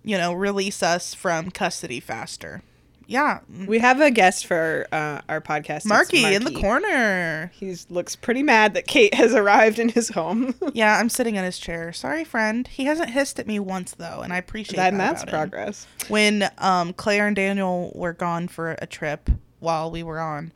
A: you know, release us from custody faster. Yeah,
B: we have a guest for uh, our podcast, It's
A: Marky, in the
B: Marky.
A: corner.
B: He looks pretty mad that Kate has arrived in his home. (laughs)
A: Yeah, I'm sitting in his chair. Sorry, friend. He hasn't hissed at me once though, and I appreciate that.
B: then that's
A: about him.
B: progress.
A: When um, Claire and Daniel were gone for a trip while we were on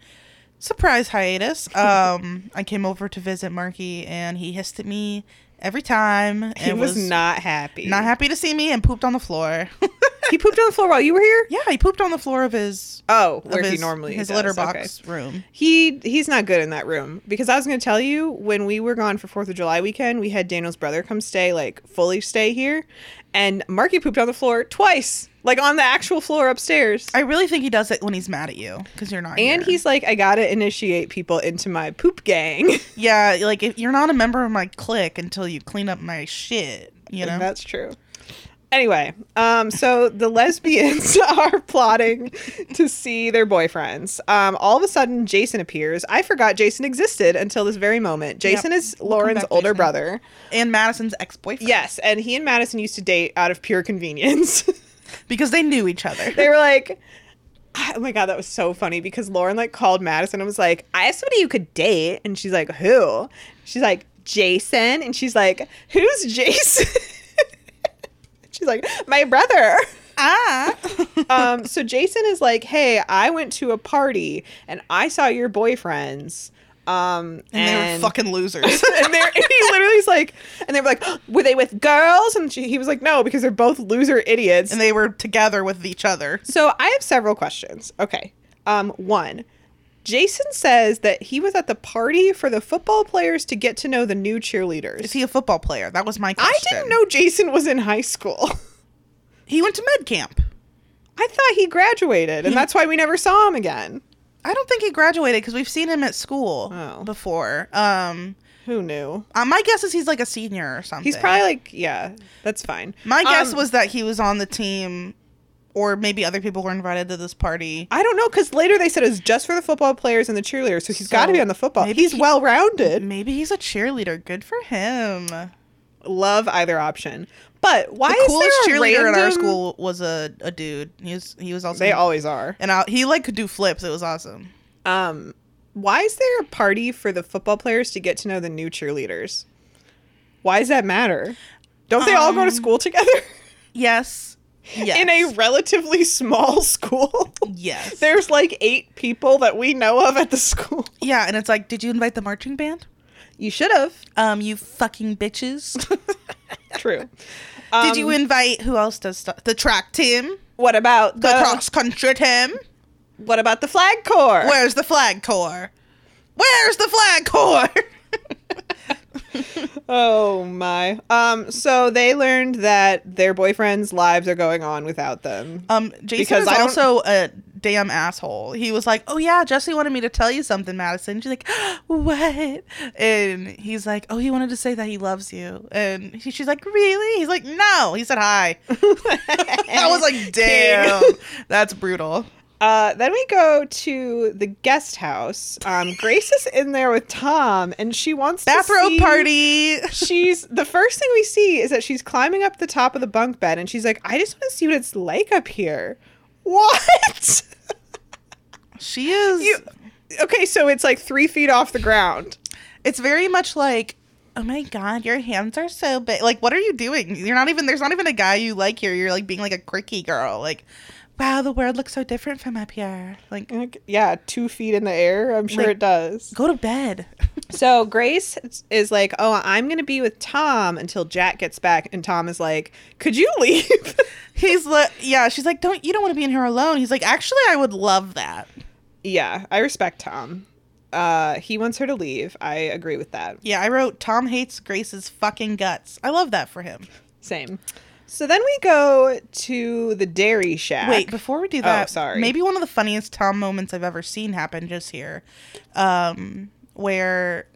A: surprise (laughs) hiatus, um, I came over to visit Marky, and he hissed at me every time. and
B: He was, not happy.
A: not happy to see me and pooped on the floor. (laughs)
B: He pooped on the floor while you were here.
A: Yeah, he pooped on the floor of his uh,
B: Oh,
A: of
B: where
A: his,
B: he normally
A: his
B: does.
A: litter
B: Okay.
A: box room.
B: He he's not good in that room because I was going to tell you when we were gone for Fourth of July weekend, we had Daniel's brother come stay, like fully stay here, and Marky pooped on the floor twice, like on the actual floor upstairs.
A: I really think he does it when he's mad at you because you're not.
B: and
A: here.
B: he's like, I gotta initiate people into my poop gang. (laughs)
A: yeah, like if you're not a member of my clique until you clean up my shit, you know.
B: That's true. Anyway, um, so the lesbians (laughs) are plotting to see their boyfriends. Um, all of a sudden, Jason appears. I forgot Jason existed until this very moment. Jason is Lauren's
A: back to
B: older
A: Jason.
B: brother.
A: and Madison's ex-boyfriend
B: Yes, and he and Madison used to date out of pure convenience. (laughs)
A: because they knew each other.
B: they were like, oh my god, that was so funny because Lauren like called Madison and was like, I have somebody you could date, and she's like, who? She's like, Jason, and she's like, (laughs) who's Jason? she's like, my brother.
A: (laughs) ah,
B: um, so Jason is like, "Hey, I went to a party and I saw your boyfriends." Um,
A: (laughs) And they were fucking losers.
B: (laughs) and they're and he literally is like, and they were like, "Were they with girls?" And she, he was like, "No, because they're both loser idiots."
A: and they were together with each other.
B: So I have several questions. Okay. Um, one, Jason says that he was at the party for the football players to get to know the new cheerleaders.
A: Is he a football player? That was my
B: I
A: question.
B: didn't know Jason was in high school. (laughs)
A: He went to med camp.
B: I thought he graduated,
A: Hmm.
B: and that's why we never saw him again.
A: I don't think he graduated because we've seen him at school
B: Oh.
A: before. Um,
B: Who knew?
A: uh, my guess is he's like a senior or something.
B: He's probably like, yeah, that's fine.
A: My guess
B: Um,
A: was that he was on the team, or maybe other people were invited to this party.
B: I don't know because later they said it was just for the football players and the cheerleaders, so he's got to
A: So
B: be on the football.
A: maybe
B: He's
A: he-
B: well rounded.
A: Maybe he's a cheerleader. Good for him.
B: Love either option, but why
A: Mm-hmm. the coolest
B: is there a
A: cheerleader
B: random...
A: at our school was a, a dude. He was he was also
B: They always are.
A: and I, he like could do flips. It was awesome.
B: Um, why is there a party for the football players to get to know the new cheerleaders? Why does that matter? Don't they all go
A: Um,
B: to school together (laughs)
A: Yes. Yes.
B: in a relatively small (laughs) school?
A: yes.
B: There's like eight people that we know of at the school.
A: yeah, and it's like, did you invite the marching band?
B: You should have.
A: Um, you fucking bitches.
B: (laughs) True. Um,
A: Did you invite who else does stuff? The track team,
B: What about
A: the cross country team.
B: What about the flag corps?
A: Where's the flag corps? Where's the flag corps? (laughs)
B: Oh my. Um. So they learned that their boyfriends' lives are going on
A: (laughs)
B: without them.
A: um, Jason
B: Because
A: is
B: I don't-
A: also a damn asshole. He was like, "Oh yeah, Jesse wanted me to tell you something, Madison." She's like, (gasps) "What?" And he's like, "Oh, he wanted to say that he loves you." And she- she's like, "Really?" He's like, "No." He said,
B: (laughs)
A: "Hi." I was like, "Damn, that's
B: (laughs)
A: brutal."
B: Uh, then we go to the guest house. (laughs) Um, Grace is in there with Tom, and she wants to
A: Bathrobe
B: see- (laughs)
A: party.
B: She's the first thing we see is that she's climbing up the top of the bunk bed, and she's like, "I just want to see what it's like up here." What? (laughs)
A: She is.
B: You- okay, so it's like three feet off the ground.
A: it's very much like oh my god your hands are so big like what are you doing you're not even there's not even a guy you like here you're like being like a quirky girl like wow the world looks so different from up here like
B: Like, yeah, two feet in the air. I'm sure
A: Like-
B: it does.
A: go to bed (laughs)
B: So Grace is like, "Oh, I'm gonna be with Tom until Jack gets back," and Tom is like, "Could you leave?" (laughs)
A: he's like yeah she's like don't you don't want to be in here alone he's like actually i would love that
B: Yeah, I respect Tom. Uh, he wants her to leave. I agree with that.
A: yeah i wrote tom hates grace's fucking guts i love that for him
B: Same. So then we go to the dairy shack.
A: Wait, before we do that,
B: Oh, sorry.
A: Maybe one of the funniest Tom moments I've ever seen happen just here, um, where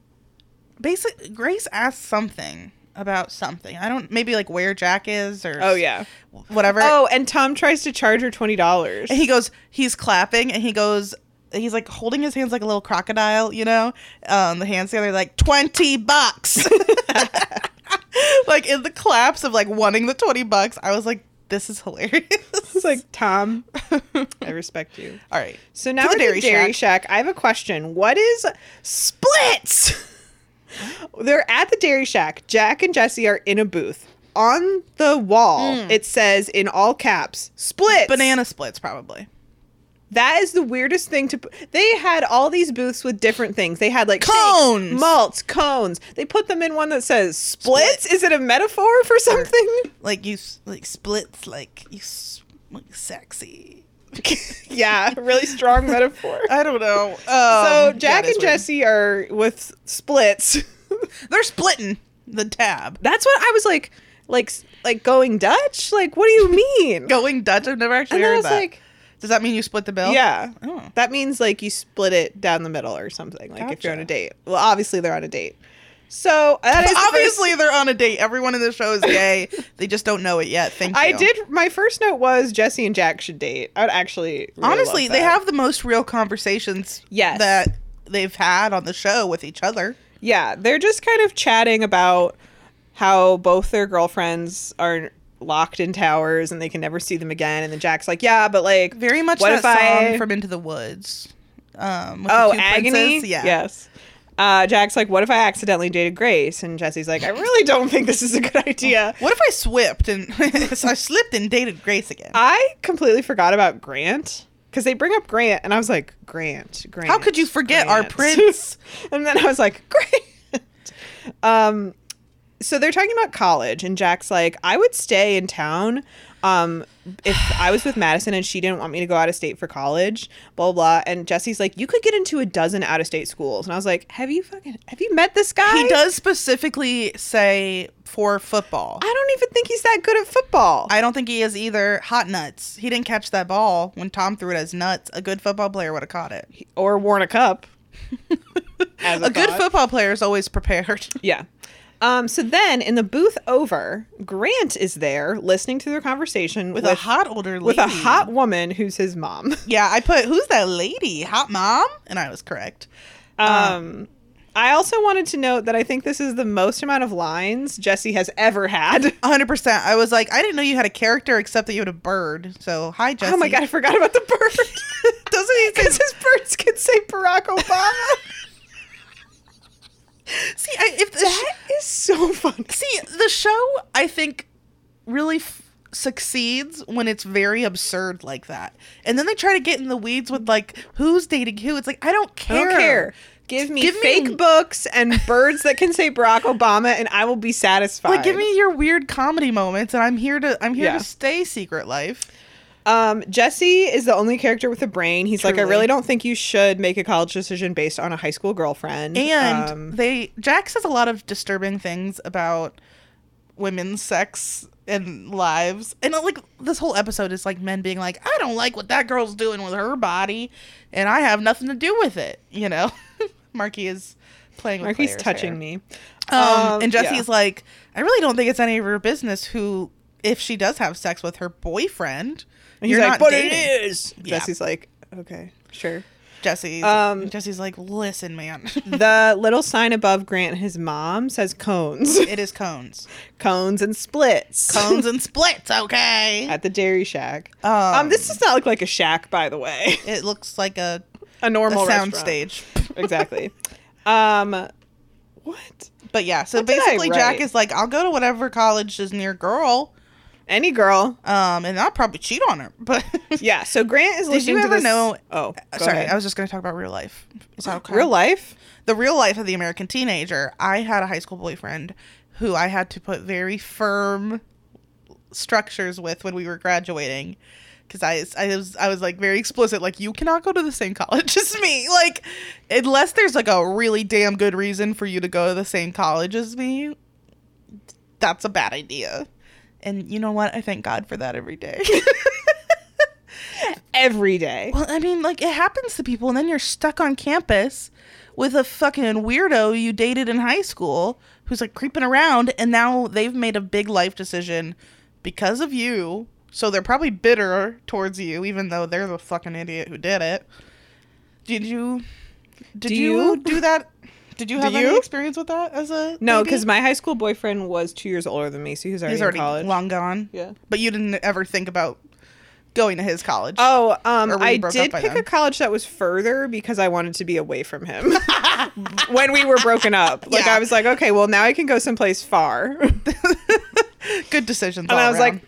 A: basic Grace asks something about something. I don't maybe like where Jack is or
B: Oh yeah.
A: whatever.
B: Oh, and Tom tries to charge her twenty dollars.
A: And he goes, (laughs) he's clapping, and he goes, he's like holding his hands like a little crocodile, you know, um, the hands together, like twenty
B: (laughs)
A: bucks. like in the claps of like wanting the twenty bucks, I was like, this is hilarious. (laughs)
B: It's like Tom, (laughs) I respect you.
A: All right.
B: So now the dairy, dairy shack. I have a question. What is splits? (laughs) They're at the dairy shack. Jack and Jesse are in a booth. On the wall, it says in all caps, "Splits."
A: banana splits probably
B: That is the weirdest thing to. p- They had all these booths with different things. They had like shakes,
A: Cones!
B: malts, cones. They put them in one that says splits. Is it a metaphor for something?
A: (laughs) like you s- like splits like you s- like sexy (laughs)
B: yeah, really strong (laughs) metaphor.
A: i don't know um,
B: so
A: yeah,
B: Jack
A: it is
B: and
A: weird.
B: Jesse are with splits. (laughs)
A: they're splitting the tab
B: That's what I was like, like, s- like going Dutch. Like, what do you
A: (laughs)
B: mean?
A: going dutch i've never actually
B: and then I
A: heard
B: was
A: that
B: like,
A: does that mean you split the bill
B: yeah.
A: oh.
B: That means like you split it down the middle or something. Like if you're on
A: Gotcha.
B: a date. Well, obviously they're on a date. So that is the first-
A: obviously they're on a date everyone in the show
B: (laughs)
A: is gay they just don't know it yet thank you
B: I did. My first note was Jesse and Jack should date. I would actually really
A: honestly
B: love
A: they
B: that.
A: have the most real conversations
B: Yes.
A: that they've had on the show with each other
B: Yeah, they're just kind of chatting about how both their girlfriends are locked in towers and they can never see them again. And then Jack's like, "Yeah, but like,
A: very much
B: What
A: that
B: if
A: song
B: I-
A: from into the woods um with the
B: oh,
A: two
B: agony.
A: princes. yeah
B: Yes. uh, Jack's like, "What if I accidentally dated Grace?" And Jesse's like, "I really don't think this is a good idea."
A: What if I slipped and (laughs) so I slipped and dated Grace again?
B: I completely forgot about Grant because they bring up Grant, and I was like, "Grant, Grant."
A: How could you forget our
B: Grant."
A: prince?
B: (laughs) and then I was like, "Grant." Um, so they're talking about college, and Jack's like, "I would stay in town." Um, if I was with Madison and she didn't want me to go out of state for college, blah blah, blah. and Jesse's like, you could get into a dozen out of state schools, and I was like, have you fucking have you met this guy?
A: He does specifically say for football.
B: I don't even think he's that good at football.
A: I don't think he is either. Hot nuts. He didn't catch that ball when Tom threw it as nuts. A good football player would have caught it.
B: or worn
A: (laughs)
B: a cup. As
A: a good
B: thought.
A: football player is always prepared. (laughs)
B: Yeah. Um, so then in the booth over, Grant is there listening to their conversation with,
A: With, a hot older lady.
B: with a hot woman who's his mom.
A: Yeah, I put who's that lady? Hot mom? And I was correct. Uh.
B: Um, I also wanted to note that I think this is the most amount of lines Jesse has ever had. (laughs)
A: 100%. I was like, I didn't know you had a character except that you had a bird. So, hi, Jesse.
B: Oh my god, I forgot about
A: (laughs)
B: the bird.
A: Doesn't he
B: Because his birds can say Barack Obama.
A: (laughs) see I, if the sh-
B: that is so funny.
A: see the show I think really f- succeeds when it's very absurd like that. And then they try to get in the weeds with like who's dating who. It's like I don't
B: I
A: care.
B: don't care. Give me
A: Give me-
B: fake books and birds that can say Barack Obama, and I will be satisfied.
A: Like give me your weird comedy moments and I'm here to I'm here
B: Yeah.
A: to stay secret life.
B: Um, Jesse is the only character with a brain. He's like, I
A: Truly.
B: really don't think you should make a college decision based on a high school girlfriend.
A: And
B: Um,
A: they Jack says a lot of disturbing things about women's sex and lives. And uh, like this whole episode is like men being like, I don't like what that girl's doing with her body and I have nothing to do with it, you know. (laughs) Marky is playing with
B: Marky's
A: players
B: touching
A: here.
B: me.
A: Um,
B: Um,
A: and
B: yeah.
A: Jesse's like, I really don't think it's any of her business who if she does have sex with her boyfriend.
B: And he's
A: you're
B: like,
A: not
B: but
A: dating."
B: it is.
A: Yeah.
B: Jesse's like, okay,
A: (laughs)
B: sure.
A: Jesse's
B: Um,
A: Jesse's like, listen, man. (laughs)
B: the little sign above Grant and his mom says cones, (laughs)
A: it is cones.
B: cones and splits.
A: Cones and splits, okay.
B: at the Dairy Shack.
A: Um,
B: Um, this does not look like a shack, by the way. (laughs)
A: it looks like a,
B: a
A: a
B: normal
A: sound
B: restaurant.
A: stage.
B: exactly. Um, what?
A: (laughs) But yeah, so
B: did I
A: basically Jack
B: write?
A: is like, I'll go to whatever college is near girl,
B: Any girl?
A: um, and I'll probably cheat on her. (laughs) But
B: Yeah. So Grant is listening
A: you
B: to
A: ever
B: this-
A: know- Uh,
B: Oh, go
A: sorry,
B: ahead.
A: I was just gonna talk about real life. Is
B: (gasps)
A: that okay?
B: Real life?
A: the real life of the American teenager, I had a high school boyfriend who I had to put very firm structures with when we were graduating because I, I was I was like very explicit like you cannot go to the same (laughs) college as me like unless there's like a really damn good reason for you to go to the same college as me that's a bad idea and you know what I thank God for that every day (laughs)
B: Every day.
A: Well, I mean, like it happens to people, and then you're stuck on campus with a fucking weirdo you dated in high school who's like creeping around, and now they've made a big life decision because of you. So they're probably bitter towards you, even though they're the fucking idiot who did it. Did you? Did
B: Do
A: you,
B: you?
A: do that? Did you
B: Do
A: have any
B: you?
A: experience with that as a
B: No,
A: baby?
B: because my high school boyfriend was two years older than me, so he was already,
A: he's already
B: in college.
A: long gone.
B: yeah.
A: But you didn't ever think about going to his college.
B: Oh, um,
A: Or were you
B: I
A: broke up
B: did
A: by
B: pick a
A: then?
B: college that was further because I wanted to be away from him
A: (laughs)
B: (laughs) when we were broken up. Like
A: Yeah.
B: I was like, okay, well now I can go someplace far. (laughs) and
A: good decisions. all
B: I was
A: around.
B: like,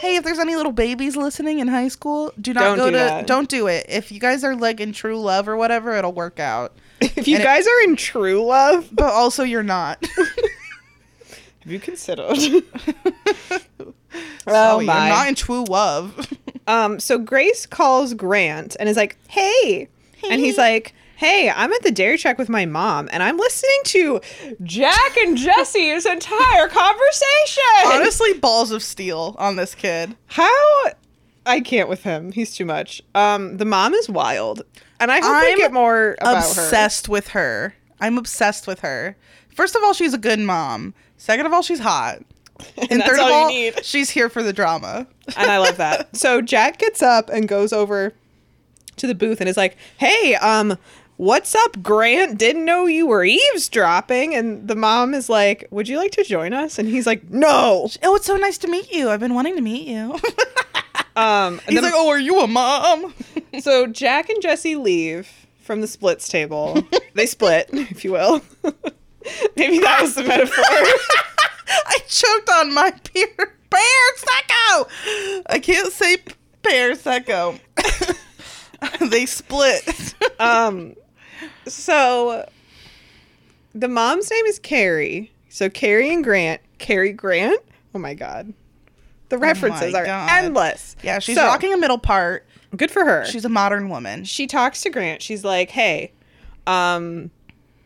A: Hey, if there's any little babies listening in high school, do not
B: Don't
A: go
B: do
A: to.
B: that.
A: Don't do it. If you guys are like in true love or whatever, it'll work out.
B: if you
A: and it-
B: guys are in true love,
A: But also, you're
B: (laughs)
A: not.
B: have
A: (laughs)
B: you (laughs) considered?
A: So
B: oh
A: you're
B: my.
A: not in true
B: (laughs)
A: love.
B: Um, so Grace calls Grant and is like, hey. And he's like, hey, I'm at the Dairy Shack with my mom and I'm listening to Jack and Jesse's entire conversation.
A: Honestly, balls of steel on this kid.
B: How? I can't with him. He's too much. Um, the mom is wild. And I hope we
A: I'm
B: get more about her.
A: obsessed with her. I'm obsessed with her. First of all, she's a good mom. Second of all, she's
B: (laughs)
A: hot. And,
B: that's
A: third
B: all
A: of
B: you
A: all,
B: need.
A: she's here for the drama.
B: And I love that. So Jack gets up and goes over to the booth and is like, hey, um, what's up, Grant? Didn't know you were eavesdropping. And the mom is like, would you like to join us? And he's like, no.
A: Oh, it's so nice to meet you. I've been wanting to meet you.
B: Um, and
A: (laughs) He's (laughs)
B: then-
A: like, "Oh, are you a mom?"
B: so Jack and Jesse leave from the splits table. they split, (laughs) if you will. Maybe that was the metaphor.
A: (laughs) I choked on my (laughs) pear prosecco. I can't say prosecco. (laughs) they split. (laughs)
B: um, so the mom's name is Carrie. So Carrie and Grant. Carrie Grant. Oh my god. The references are
A: Oh God.
B: endless.
A: yeah, she's
B: So,
A: rocking a middle part.
B: Good for her.
A: She's a modern woman.
B: she talks to Grant. She's like, "Hey, um,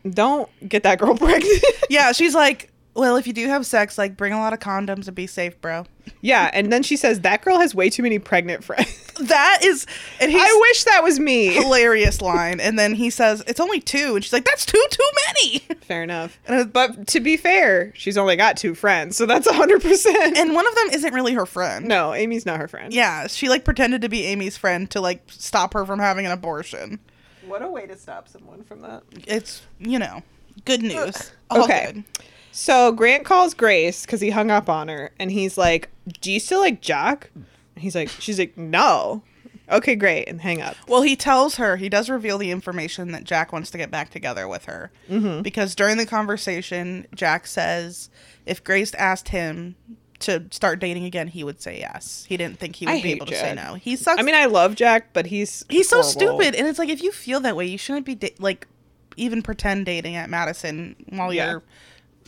B: don't get that girl (laughs) pregnant."
A: Yeah, she's like, well, if you do have sex, like bring a lot of condoms and be safe, bro.
B: yeah, and then she says that girl has way too many pregnant friends. (laughs)
A: That is, and he's (laughs)
B: I wish that was me.
A: hilarious line. And then he says, it's only two, and she's like, that's two too many.
B: Fair enough.
A: And uh, I-
B: But to be fair, she's only got two friends, so that's hundred percent.
A: (laughs) And one of them isn't really her friend.
B: No, Amy's not her friend.
A: Yeah, she like pretended to be Amy's friend to like stop her from having an abortion.
B: What a way to stop someone from that.
A: It's you know, good news. All
B: Uh, okay.
A: good.
B: So Grant calls Grace because he hung up on her, and he's like, "Do you still like Jock?" And he's like, "She's like, no." Okay, great, and hang up.
A: Well, he tells her he does reveal the information that Jack wants to get back together with her
B: Mm-hmm.
A: because during the conversation, Jack says if Grace asked him to start dating again, he would say yes. He didn't think he would
B: I
A: be
B: hate
A: able to say
B: Jack.
A: no. He sucks.
B: I mean, I love Jack, but he's
A: he's so
B: horrible.
A: stupid, and it's like if you feel that way, you shouldn't be da- like even pretend dating at Madison while
B: Yeah.
A: you're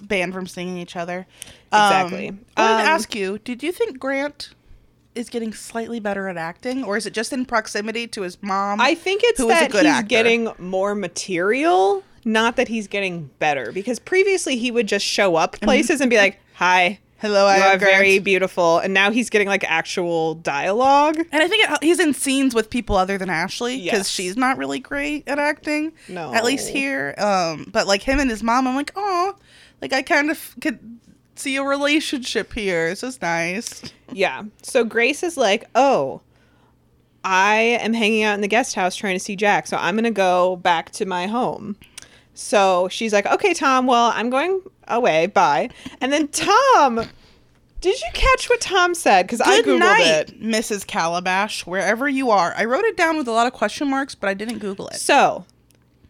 A: banned from seeing each other.
B: Exactly.
A: Um, I wanted to
B: Um,
A: ask you: Did you think Grant is getting slightly better at acting, or is it just in proximity to his mom?
B: I think it's
A: who is a
B: that
A: good
B: he's
A: actor.
B: getting more material, not that he's getting better. Because previously he would just show
A: Mhm.
B: up places and be like, "Hi,
A: Hello, I
B: you
A: am
B: are very
A: Grant."
B: beautiful," and now he's getting like actual dialogue.
A: And I think it, he's in scenes with people other than Ashley because
B: Yes.
A: she's not really great at acting.
B: No.
A: at least here. Um, but like him and his mom, I'm like, oh, like I kind of could see a relationship here. This is nice.
B: Yeah. So Grace is like, oh, I am hanging out in the guest house trying to see Jack. So I'm going to go back to my home. So she's like, okay, Tom, well, I'm going away. Bye. And then Tom, did you catch what Tom said? Because I Googled it.
A: Mrs. Calabash, wherever you are. I wrote it down with a lot of question marks, but I didn't Google it.
B: So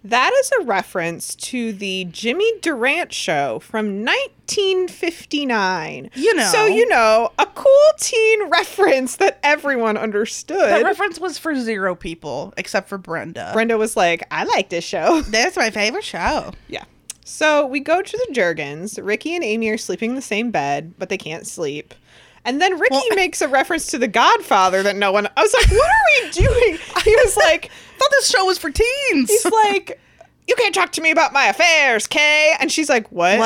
B: that is a reference to the Jimmy Durant show from 1959.
A: You know.
B: So, you know, a cool teen reference that everyone understood.
A: That reference was for zero people except for Brenda.
B: Brenda was like, I like this show. (laughs)
A: That's my favorite show.
B: Yeah. So we go to the Jurgens. Ricky and Amy are sleeping in the same bed, but they can't sleep. And then Ricky
A: Well-
B: makes a reference to The Godfather that no one. I was like, what are
A: (laughs)
B: we doing? He was like,
A: I thought this show was for teens.
B: (laughs) he's like, you can't talk to me about my affairs, Kay. And she's like, what?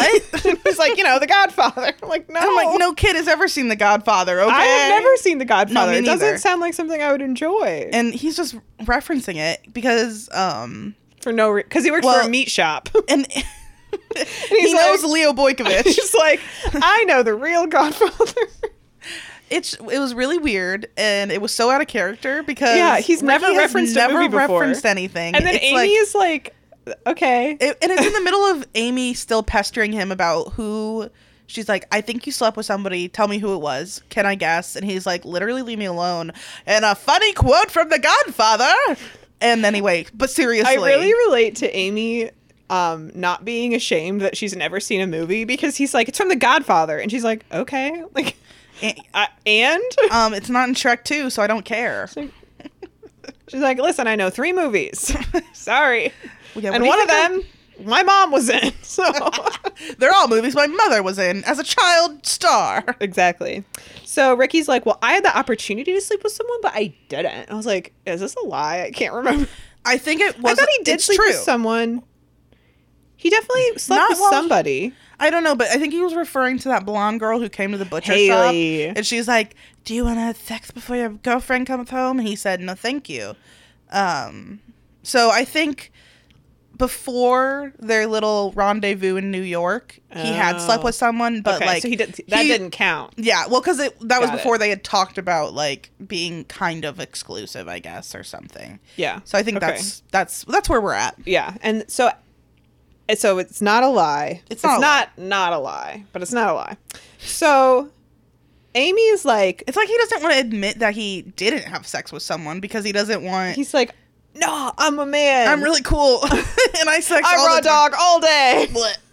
B: (laughs)
A: What?
B: he's like, you know, The Godfather. (laughs) I'm like, no.
A: I'm like, no kid has ever seen The Godfather, okay?
B: I have never seen The Godfather.
A: me
B: it doesn't
A: neither.
B: sound like something I would enjoy
A: and he's just referencing it because um
B: for no reason. Because he works for
A: Well-
B: a meat shop. (laughs)
A: and (laughs) he
B: like-
A: knows Leo Boykovich.
B: (laughs) He's like, I know the real Godfather. (laughs)
A: it's it was really weird and it was so out of character because
B: Yeah, he's never
A: has
B: referenced a movie before.
A: referenced anything.
B: And then
A: It's
B: Amy
A: like-
B: is like, okay.
A: it- and it's in the middle of Amy still pestering him about who she's like, I think you slept with somebody. Tell me who it was. Can I guess? And he's like, literally leave me alone. And a funny quote from The Godfather. And anyway, but seriously,
B: I really relate to Amy um, not being ashamed that she's never seen a movie because he's like, it's from The Godfather. And she's like, okay. (laughs) Like, uh, and (laughs)
A: um, it's not in Shrek 2, so I don't care.
B: she's like, listen, I know three movies. (laughs) Sorry.
A: Yeah, what
B: and one
A: do you
B: of
A: think
B: them, my mom was in. (laughs) So.
A: (laughs) They're all movies my mother was in as a child star.
B: Exactly. So Ricky's like, Well, I had the opportunity to sleep with someone, but I didn't. I was like, Is this a lie? I can't remember.
A: I think it was.
B: I thought he did
A: it's
B: sleep
A: true.
B: with someone. He definitely slept
A: Not
B: with
A: while-
B: somebody.
A: I don't know, but I think he was referring to that blonde girl who came to the butcher
B: Haley.
A: shop, and she's like, "Do you want to have sex before your girlfriend comes home?" And he said, "No, thank you." Um, so I think before their little rendezvous in New York, he had slept
B: Oh.
A: with someone, but
B: okay,
A: like
B: so he didn't. That
A: he-
B: didn't count.
A: Yeah, well, because that was
B: Got it.
A: before they had talked about like being kind of exclusive, I guess, or something.
B: Yeah.
A: So I think
B: Okay.
A: that's that's that's where we're at.
B: yeah, and so, and so it's not a lie.
A: It's not a
B: not not a lie, but it's not a lie. So, Amy is like,
A: It's like he doesn't want to admit that he didn't have sex with someone because he doesn't want.
B: he's like, no, I'm a man.
A: I'm really cool, (laughs) and I sex
B: I'm
A: all
B: raw
A: the time.
B: dog
A: (laughs)
B: all day.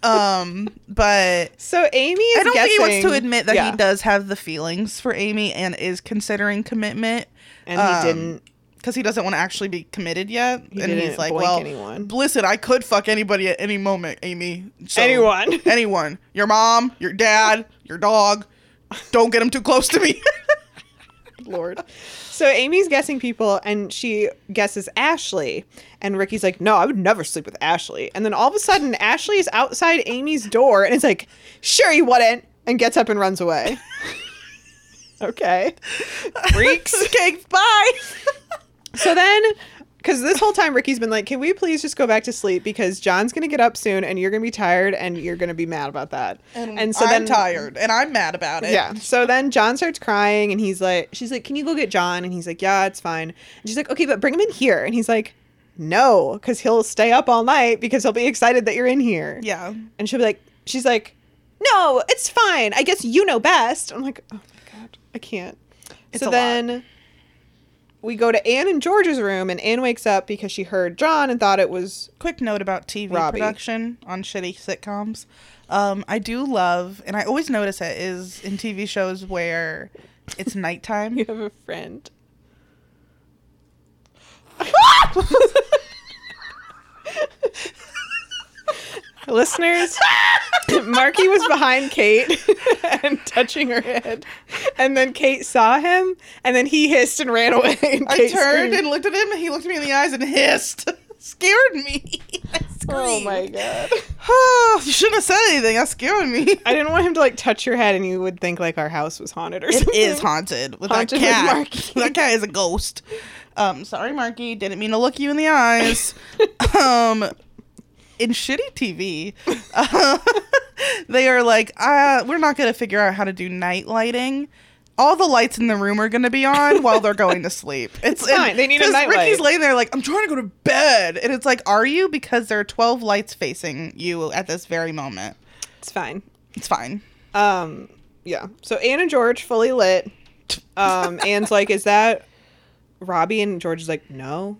A: Um,
B: (laughs)
A: but
B: So Amy is
A: I don't think he wants to
B: guessing-
A: admit that
B: Yeah.
A: he does have the feelings for Amy and is considering commitment
B: And he
A: Um,
B: didn't.
A: because he doesn't want to actually be committed yet.
B: He
A: and
B: didn't
A: he's like,
B: boink
A: "Well,
B: anyone.
A: listen, I could fuck anybody at any moment, Amy. So-
B: Anyone.
A: (laughs) anyone, your mom, your dad, your dog. Don't get him too close to
B: (laughs)
A: me."
B: Lord. So Amy's guessing people and she guesses Ashley. And Ricky's like, no, I would never sleep with Ashley. And then all of a sudden, Ashley is outside Amy's door and is like, sure you wouldn't. And gets up and runs away. (laughs) okay. (laughs) Freaks.
A: okay, bye.
B: So then, because this whole time Ricky's been like, can we please just go back to sleep? Because John's going to get up soon and you're going to be tired and you're going to be mad about that.
A: And, (laughs) I'm tired, and I'm mad about it.
B: (laughs) Yeah. So then John starts crying and he's like, she's like, can you go get John? And he's like, yeah, it's fine. And she's like, okay, but bring him in here. And he's like, no, because he'll stay up all night because he'll be excited that you're in here.
A: yeah.
B: And she'll be like, she's like, no, it's fine. I guess you know best. I'm like, oh my God, I can't.
A: It's a
B: so
A: lot.
B: then we go to Anne and George's room and Anne wakes up because she heard John and thought it was
A: quick note about TV
B: Robbie.
A: production on shitty sitcoms. Um, I do love, and I always notice it is in TV shows where it's
B: (laughs)
A: nighttime.
B: you have a friend. Listeners, Marky was behind Kate (laughs) and touching her head. And then Kate saw him, and then he hissed and ran away. (laughs) and
A: I
B: Kate
A: turned
B: screamed.
A: and looked at him, and he looked me in the eyes and hissed. (laughs) scared me. (laughs) I screamed.
B: Oh my
A: (sighs)
B: god.
A: you shouldn't have said anything. That scared me.
B: I didn't want him to like touch your head and you would think like our house was haunted or
A: It
B: something. (laughs)
A: is haunted with
B: Haunted with
A: that cat.
B: Marky.
A: (laughs) that cat is a ghost. Um, sorry, Marky. Didn't mean to look you in the
B: (laughs)
A: eyes. um, in shitty TV, uh, (laughs) they are like, uh, we're not going to figure out how to do night lighting. All the lights in the room are going to be on while they're going to
B: (laughs)
A: sleep. It's, and-
B: fine. They need a
A: 'cause
B: nightlight.
A: Ricky's laying there like, I'm trying to go to bed. And it's like, are you? Because there are 12 lights facing you at this very moment.
B: It's fine.
A: It's fine.
B: Um yeah. So Anne and George fully lit. Um Anne's like, is that Robbie? And George is like, no.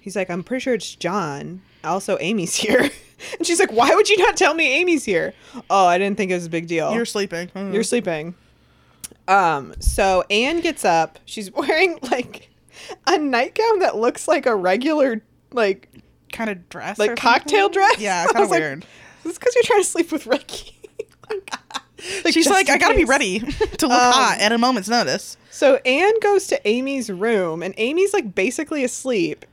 B: He's like, I'm pretty sure it's John. Also Amy's (laughs) here. and she's like, Why would you not tell me Amy's here? Oh, I didn't think it was a big deal.
A: You're sleeping. Mm.
B: Oh. You're sleeping. Um, so Anne gets up. She's (laughs) wearing like a nightgown that looks like a regular like
A: kind of dress
B: like
A: or
B: cocktail
A: something?
B: dress.
A: yeah
B: (laughs) I
A: kind
B: was
A: of
B: like,
A: weird
B: Is this because you're trying to sleep with (laughs) Ricky?
A: she's
B: just
A: like
B: in
A: i gotta be
B: case."
A: ready (laughs) to look
B: Um,
A: hot at a moment's notice
B: So Anne goes to Amy's room and Amy's like basically asleep.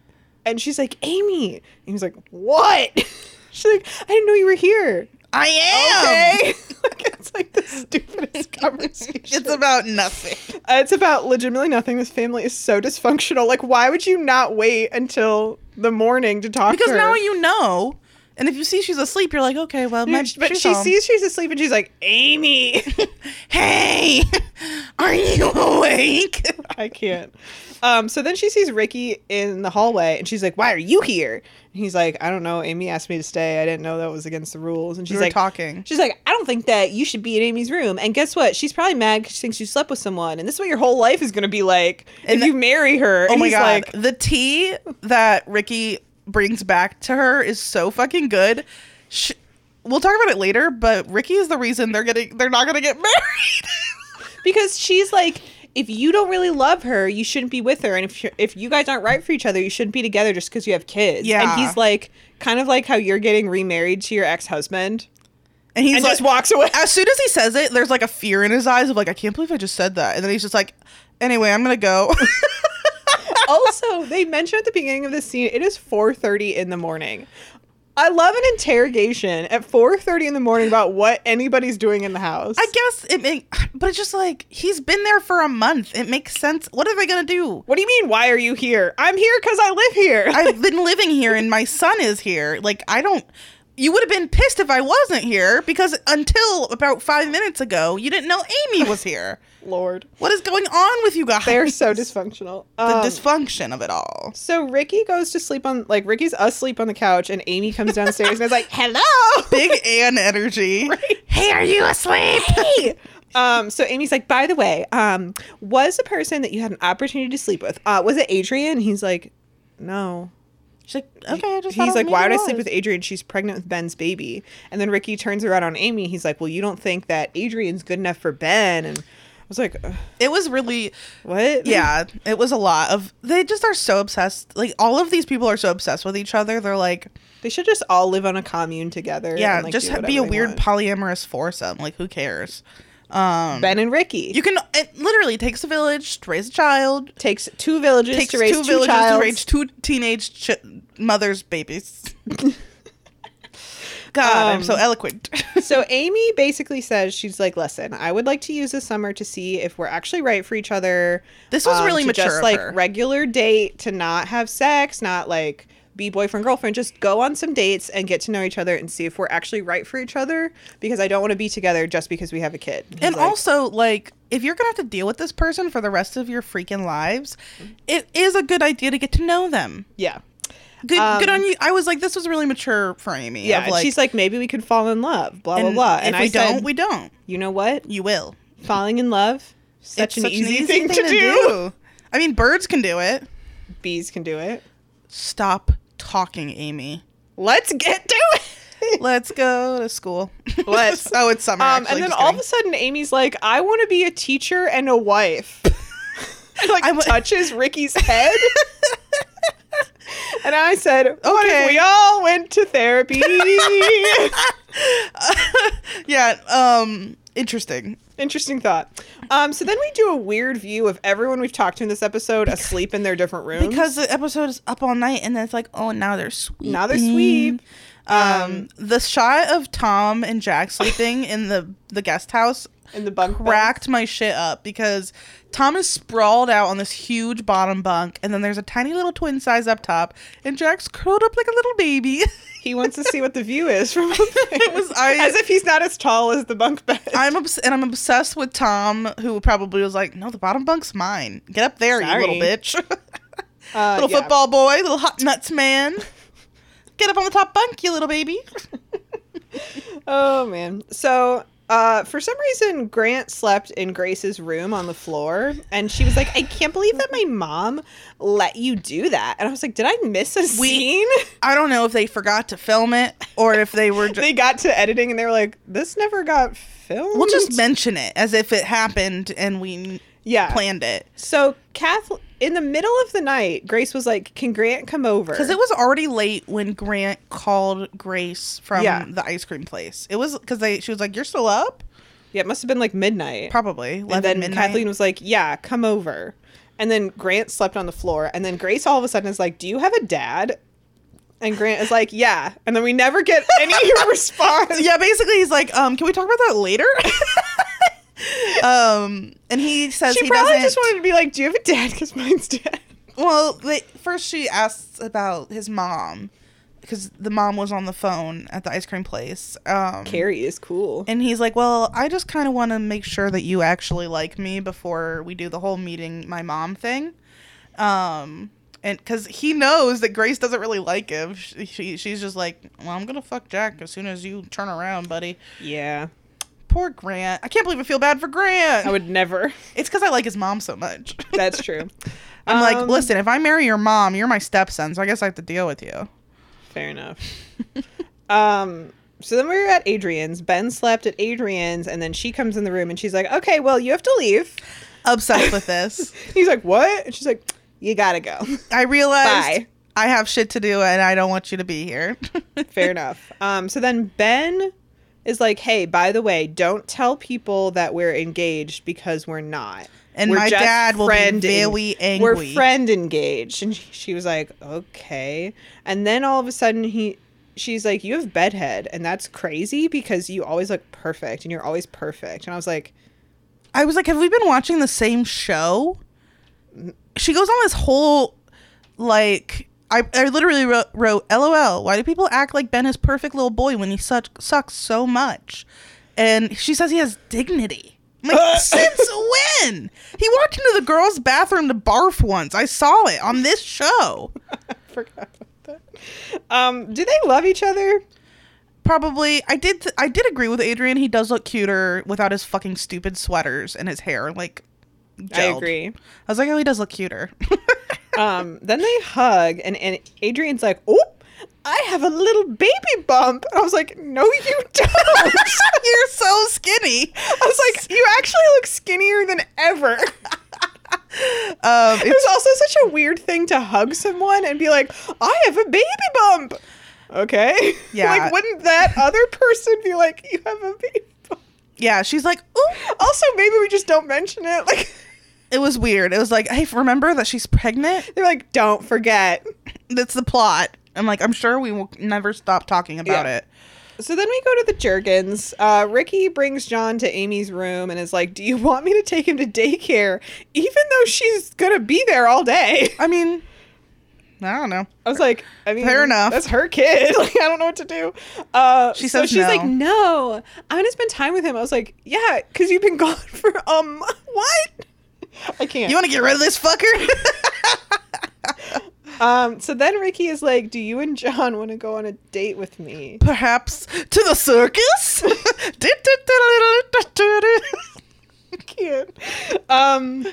B: And she's like, Amy. And he's like, What? (laughs) She's like, I didn't know you were here.
A: i am
B: Okay. (laughs) like, it's like the stupidest conversation.
A: Oh. (laughs) it's about nothing
B: Uh, it's about legitimately nothing. This family is so dysfunctional. Like, why would you not wait until the morning to
A: (laughs)
B: talk
A: because
B: to her?
A: now you know and if you see she's asleep you're like okay well my,
B: but
A: she's
B: she
A: home.
B: sees she's asleep and she's like,
A: (laughs)
B: Amy.
A: hey (laughs) are you (laughs) awake
B: (laughs) I can't. Um, so then she sees Ricky in the hallway and she's like, Why are you here? And he's like, I don't know. Amy asked me to stay. I didn't know that was against the rules. And
A: she's
B: she's
A: were
B: like,
A: talking
B: She's like, I don't think that you should be in Amy's room. And guess what? She's probably mad because she thinks you slept with someone. And this is what your whole life is going to be like
A: And
B: if you marry her.
A: oh
B: and
A: my
B: he's
A: god
B: like,
A: the tea that ricky brings back to her is so fucking good Sh we'll talk about it later but ricky is the reason they're getting they're not gonna get (laughs) married
B: Because she's like, if you don't really love her, you shouldn't be with her. And if, you- if you guys aren't right for each other, you shouldn't be together just because you have kids.
A: Yeah.
B: And he's like, kind of like how you're getting remarried to your ex husband.
A: and he's
B: And
A: like
B: just walks away.
A: as soon as he says it, there's like a fear in his eyes of like, I can't believe I just said that. And then he's just like, anyway, I'm gonna go. (laughs)
B: also, they mentioned at the beginning of this scene, it is 4.30 in the morning. I love an interrogation at 4.30 in the morning about what anybody's doing in the house.
A: I guess it make, but it's just like he's been there for a month. It makes sense. What are they gonna do?
B: What do you mean? Why are you here? I'm here because I live here.
A: I've (laughs) been living here and my son is here. Like I don't. You would have been pissed if I wasn't here because until about five minutes ago, you didn't know Amy was here.
B: Lord,
A: What is going on with you guys?
B: they're so dysfunctional.
A: the
B: Um,
A: dysfunction of it all.
B: so Ricky goes to sleep on like Ricky's asleep on the couch, and Amy comes downstairs and is like, "Hello."
A: Big Ann (laughs) energy. Hey, are you asleep? (laughs)
B: Um, so Amy's like, "By the way, um, was the person that you had an opportunity to sleep with? Uh, was it Adrian?" He's like, no.
A: She's like, okay, I just thought
B: He's
A: it
B: like,
A: was
B: why
A: me
B: would
A: and
B: I
A: it
B: sleep with
A: was."
B: Adrian? She's pregnant with Ben's baby. And then Ricky turns around on Amy. He's like, well, you don't think that Adrian's good enough for Ben? And I was like, "Ugh,
A: It was really,
B: what?
A: yeah, it was a lot of. They just are so obsessed. Like all of these people are so obsessed with each other. They're like,
B: They should just all live on a commune together.
A: yeah,
B: and, like,
A: just
B: do
A: ha- be a
B: whatever they
A: weird
B: want.
A: polyamorous foursome. Like who cares? Um,
B: ben and Ricky.
A: you can. It literally takes a village to raise a child.
B: takes two villages
A: Takes
B: to raise
A: two villages
B: childs.
A: to raise two teenage ch- mothers' (laughs) babies. God, I'm so
B: Um,
A: eloquent. (laughs)
B: so Amy basically says she's like, "Listen, I would like to use this summer to see if we're actually right for each other." um,
A: This was really
B: to
A: mature
B: Just
A: of
B: like
A: her.
B: regular date to not have sex, not like be boyfriend girlfriend. Just go on some dates and get to know each other and see if we're actually right for each other. Because I don't want to be together just because we have a kid. He's
A: And
B: like,
A: also, like, if you're gonna have to deal with this person for the rest of your freaking lives,
B: Mm-hmm.
A: it is a good idea to get to know them.
B: yeah,
A: Good,
B: Um,
A: good on you. I was like, this was really mature for Amy.
B: yeah.
A: of,
B: and she's like, maybe we could fall in love. Blah blah blah. And
A: if
B: I
A: we
B: said,
A: don't, we don't.
B: you know what?
A: You will.
B: Falling in love, such,
A: It's
B: an, easy thing, to, do.
A: I mean, birds can do it.
B: Bees can do it.
A: Stop talking, Amy.
B: Let's get to it.
A: Let's go to school. (laughs)
B: Let's.
A: oh, it's summer.
B: Um,
A: actually,
B: and then
A: just
B: all of
A: kidding. (laughs)
B: a sudden, Amy's like, "I want to be a teacher and
A: (laughs)
B: a wife." And, like
A: I wa-
B: touches
A: (laughs)
B: Ricky's head, and I said, "Okay,
A: Okay.
B: we all went
A: (laughs)
B: to therapy."
A: yeah. Um. Interesting.
B: Interesting thought. Um, so then we do a weird view of everyone we've talked to in this episode asleep in their different rooms
A: because the episode is up all night and then it's like oh now they're sweet
B: Now they're sweet.
A: um the shot of tom and jack sleeping in the the guest house
B: in the bunk. bed.
A: racked my shit up because tom is sprawled out on this huge bottom bunk and then there's a tiny little twin size up top and jack's curled up like a little baby (laughs)
B: He wants to see what the view is from up there.
A: was- I-
B: as if he's not as tall as the bunk bed.
A: i'm obs- and i'm obsessed with tom who probably was like no the bottom bunk's mine get up there
B: Sorry.
A: you little bitch (laughs)
B: Uh,
A: little
B: yeah.
A: football boy, little hot nuts man. Get up on the top bunk, you little baby.
B: Oh man. So uh, for some reason, Grant slept in Grace's room on the floor, and she was like, "I can't believe that my mom let you do that." And I was like, "Did I miss a scene?" (laughs)
A: I don't know if they forgot to film it or if they (laughs) were just.
B: they got to editing, and they were like, "This never got filmed."
A: we'll just mention it as if it happened and we
B: yeah.
A: planned it.
B: So Kath, in the middle of the night, Grace was like, "Can Grant come over?"
A: Because it was already late when Grant called Grace from
B: Yeah.
A: the ice cream place. It was because they she was like, "You're still up?"
B: yeah, it must have been like midnight.
A: Probably.
B: And
A: 11
B: then
A: midnight.
B: Kathleen was like, "Yeah, come over." And then Grant slept on the floor. And then Grace all of a sudden is like, "Do you have a dad?" And Grant is like, "Yeah." And then we
A: (laughs)
B: never get any response.
A: yeah, basically, he's like, um, "Can we talk about that later?" (laughs) um, and he says
B: She
A: he
B: probably
A: doesn't.
B: just wanted to be like, "Do you have a dad?" Because mine's dead.
A: Well, they, first she asks about his mom because the mom was on the phone at the ice cream place. Um,
B: Carrie is cool.
A: and he's like, "Well, I just kind of want to make sure that you actually like me before we do the whole meeting my mom thing." Um, and because he knows that Grace doesn't really like him, she, she she's just like, "Well, I'm gonna fuck Jack as soon as you turn around, buddy."
B: yeah,
A: Poor Grant. I can't believe I feel bad for Grant.
B: I
A: (laughs)
B: would never.
A: it's because I like his mom so much. (laughs)
B: That's true.
A: I'm
B: Um,
A: like, listen, if I marry your mom, you're my stepson, so I guess I have to deal with you.
B: Fair enough. um, so then we were at Adrian's. Ben slept at Adrian's, and then she comes in the room and she's like, "Okay, well, you have to leave."
A: Obsessed with
B: (laughs)
A: this.
B: He's like, "What?" And she's like, "You gotta go."
A: I realized
B: Bye.
A: I have shit to do and I don't want you to be here. (laughs)
B: Fair enough. Um, so then Ben is like, "Hey, by the way, don't tell people that we're engaged because we're not."
A: And
B: We're
A: my
B: just
A: dad will
B: friend
A: be very angry.
B: We're friend engaged, and (laughs) she, she was like, "Okay." And then all of a sudden, he, she's like, "You have bedhead, and that's crazy because you always look perfect, and you're always perfect." And I was like, (laughs)
A: I was like, have we been watching the same show? She goes on this whole, like, I, I literally wrote, wrote, LOL, why do people act like Ben is perfect little boy when he suck, sucks so much? And she says he has dignity. I'm like, since when? He walked into the girls' bathroom to barf once. I saw it on this show.
B: "I forgot about that." Um, do they love each other?
A: Probably, I did. I did agree with Adrian. He does look cuter without his fucking stupid sweaters and his hair. Like,
B: I
A: gelled.
B: agree.
A: I was like, oh, he does look cuter. (laughs)
B: Um, then they hug, and, and Adrian's like, "Oh, I have a little baby bump," and I was like, "No, you (laughs) don't." I
A: You're so skinny.
B: was like, "You actually look skinnier than ever." (laughs)
A: Um,
B: It was also such a weird thing to hug someone and be like, "I have a baby bump." Okay. (laughs)
A: Yeah.
B: like, wouldn't that other person be like, "You have a baby bump"?
A: yeah, she's like, ooh.
B: Also, maybe we just don't mention it. (laughs) Like,
A: It was weird. It was like, hey, remember that she's pregnant?
B: they're like, "Don't forget."
A: That's the plot. I'm like, I'm sure we will never stop talking about
B: Yeah.
A: it.
B: So then we go to the Jergens. Uh, Ricky brings John to Amy's room and is like, Do you want me to take him to daycare? Even though she's going to be there all day. (laughs)
A: I mean, I don't know.
B: I was like, I mean,
A: Fair enough.
B: That's her kid. (laughs) Like, I don't know what to do. Uh,
A: She
B: so
A: says
B: she's
A: no.
B: like, No, I'm going to spend time with him. I was like, Yeah, because you've been (laughs) gone for, um, (laughs) what? I can't.
A: You want to get rid of this fucker? (laughs)
B: um, so then Ricky is like, Do you and John want to go on a date with me? (laughs)
A: Perhaps to the circus? (laughs)
B: I can't. Um,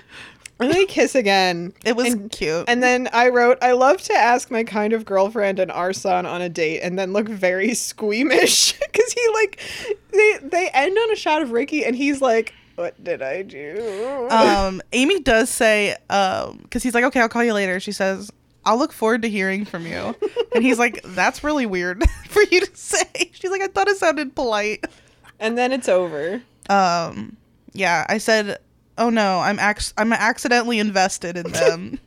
B: and they kiss again.
A: it was
B: And-
A: cute.
B: And then I wrote, I love to ask my kind of girlfriend and our son on a date and then look very (laughs) squeamish because he like they they end on a shot of Ricky and he's like, What did I do?
A: um, Amy does say, because he's like, okay, I'll call you later. She says, I'll look forward to hearing from you. And he's
B: (laughs)
A: like, that's really weird (laughs) for you to say. She's like, I thought it sounded polite.
B: and then it's over.
A: Um, yeah, I said, oh no, I'm ac- I'm accidentally invested in
B: (laughs)
A: them.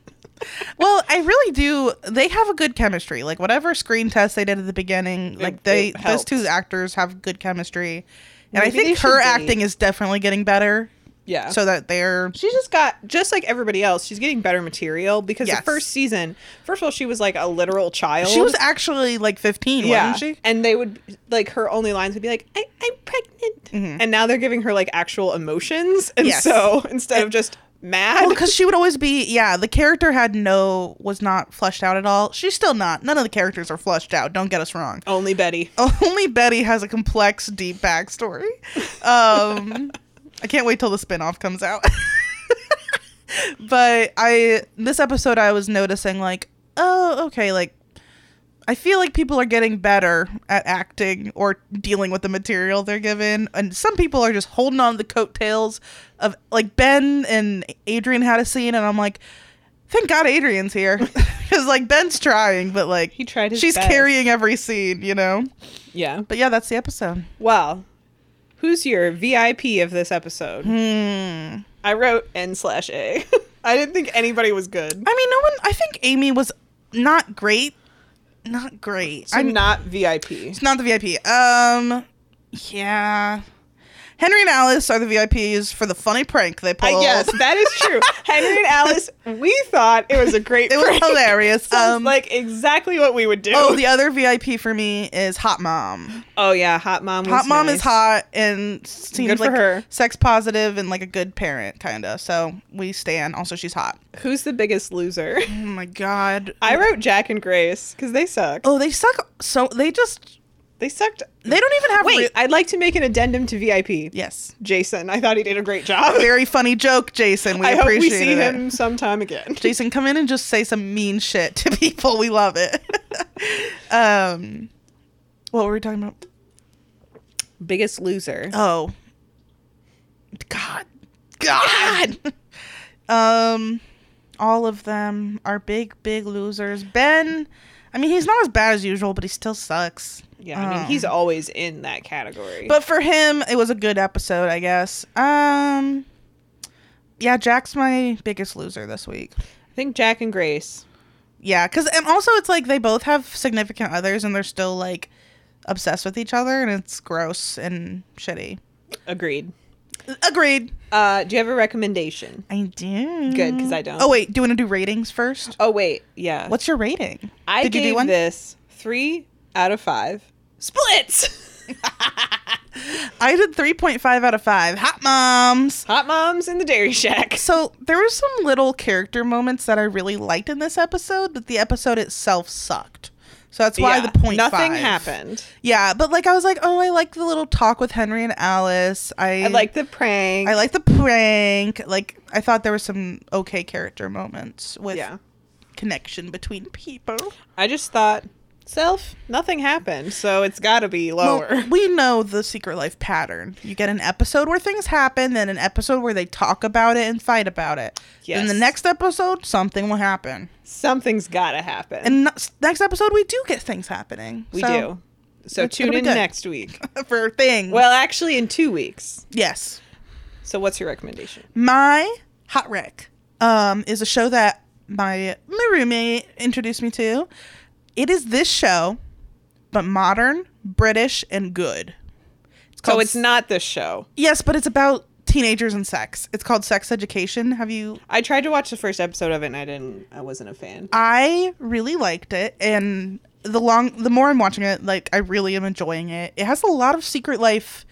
A: well, I really do. They have a good chemistry. Like whatever screen test they did at the beginning, like they
B: it
A: those
B: helped.
A: two actors have good chemistry. And
B: Maybe
A: I
B: they
A: think
B: should
A: her
B: date.
A: acting is definitely getting better,
B: Yeah. So
A: so that they're
B: she just got just like everybody else, she's getting better material because
A: Yes.
B: the first season, first of all, she was like a literal child.
A: She was actually like 15,
B: yeah,
A: wasn't she?
B: and they would like her only lines would be like, I, "I'm pregnant," and now they're giving her like actual emotions, and
A: Mm-hmm. Yes.
B: so (laughs) instead of just mad,
A: Well, because Oh, she would always be, yeah, the character had no, was not fleshed out at all. She's still not. None of the characters are fleshed out. Don't get us wrong.
B: Only Betty.
A: (laughs) Only Betty has a complex, deep backstory. Um, I can't wait till the spinoff comes out. (laughs) but I, this episode, I was noticing, like, oh, okay, like, I feel like people are getting better at acting or dealing with the material they're given. And some people are just holding on to the coattails of, like, Ben and Adrian had a scene, and I'm like, thank God Adrian's here. (laughs) Because, like, Ben's trying, but, like,
B: He tried his
A: she's
B: best.
A: carrying every scene, you know?
B: Yeah.
A: But yeah, that's the episode.
B: Well, who's your VIP of this episode?
A: Hmm.
B: I wrote N slash A. (laughs) I didn't think anybody was good.
A: I mean, no one, I think Amy was not great. Not great.
B: I'm not VIP.
A: It's not the VIP. Um, yeah. Henry and Alice are the VIPs for the funny prank they
B: I
A: pulled.
B: guess that is
A: (laughs)
B: true. Henry and Alice, we thought it was a great.
A: it was
B: prank. (laughs)
A: hilarious.
B: Sounds
A: Um,
B: like exactly what we would do.
A: oh, the other VIP for me is Hot Mom.
B: Oh, yeah, hot mom. Was
A: Hot Mom
B: nice.
A: is hot and seems
B: Good for
A: like
B: her.
A: sex positive and like a good parent, kind of. So we stand. Also, she's hot.
B: Who's the biggest loser?
A: Oh my god.
B: I wrote Jack and Grace because they sucked.
A: oh, they suck. So they just
B: They sucked.
A: they don't even have.
B: Wait,
A: re-
B: I'd like to make an addendum to VIP.
A: yes.
B: Jason, I thought he did a great job.
A: Very funny joke, Jason. (laughs) We
B: I hope we
A: appreciate
B: see
A: it.
B: him sometime again.
A: Jason, come in and just say some mean shit to people. We love it. (laughs) um, what were we talking about?
B: Biggest loser.
A: Oh, God, God. (laughs) um, all of them are big, big losers. Ben, I mean, he's not as bad as usual, but he still sucks.
B: Yeah, I mean,
A: Um,
B: he's always in that category.
A: But for him, it was a good episode, I guess. Um, yeah, Jack's my biggest loser this week.
B: I think Jack and Grace.
A: Yeah, because and also it's like they both have significant others and they're still like obsessed with each other and it's gross and shitty.
B: Agreed.
A: Agreed.
B: Uh, do you have a recommendation?
A: I do.
B: Good, 'cause I don't.
A: Oh wait, do you want to do ratings first?
B: Oh wait, yeah.
A: What's your rating?
B: I
A: Did
B: gave
A: you do one?
B: this three out of five
A: (laughs)
B: splits.
A: I did three point five out of five. Hot moms.
B: Hot moms in the Dairy Shack.
A: So there were some little character moments that I really liked in this episode, but the episode itself sucked. So that's why
B: Yeah,
A: the point.
B: Nothing
A: five.
B: happened.
A: Yeah, but like I was like, oh, I like the little talk with Henry and Alice. I
B: I like the prank.
A: I like the prank. Like I thought there were some okay character moments with
B: Yeah.
A: connection between people.
B: I just thought self, nothing happened, so it's got to be lower.
A: Well, we know the secret life pattern. You get an episode where things happen, then an episode where they talk about it and fight about it. Then the
B: Yes.
A: next episode, something will happen.
B: Something's got to happen.
A: And no- next episode, we do get things happening.
B: we
A: So-
B: do. So
A: it's gonna
B: tune
A: be
B: in
A: good.
B: next week.
A: (laughs) for things.
B: Well, actually, in two weeks.
A: yes.
B: So what's your recommendation?
A: My Hot Wreck um, is a show that my, my roommate introduced me to. It is this show, but modern, British, and good. It's
B: So Oh, it's not this show.
A: Yes, but it's about teenagers and sex. It's called Sex Education. Have you?
B: I tried to watch the first episode of it, and I didn't. I wasn't a fan.
A: I really liked it, and the long, the more I'm watching it, like I really am enjoying it. It has a lot of Secret Life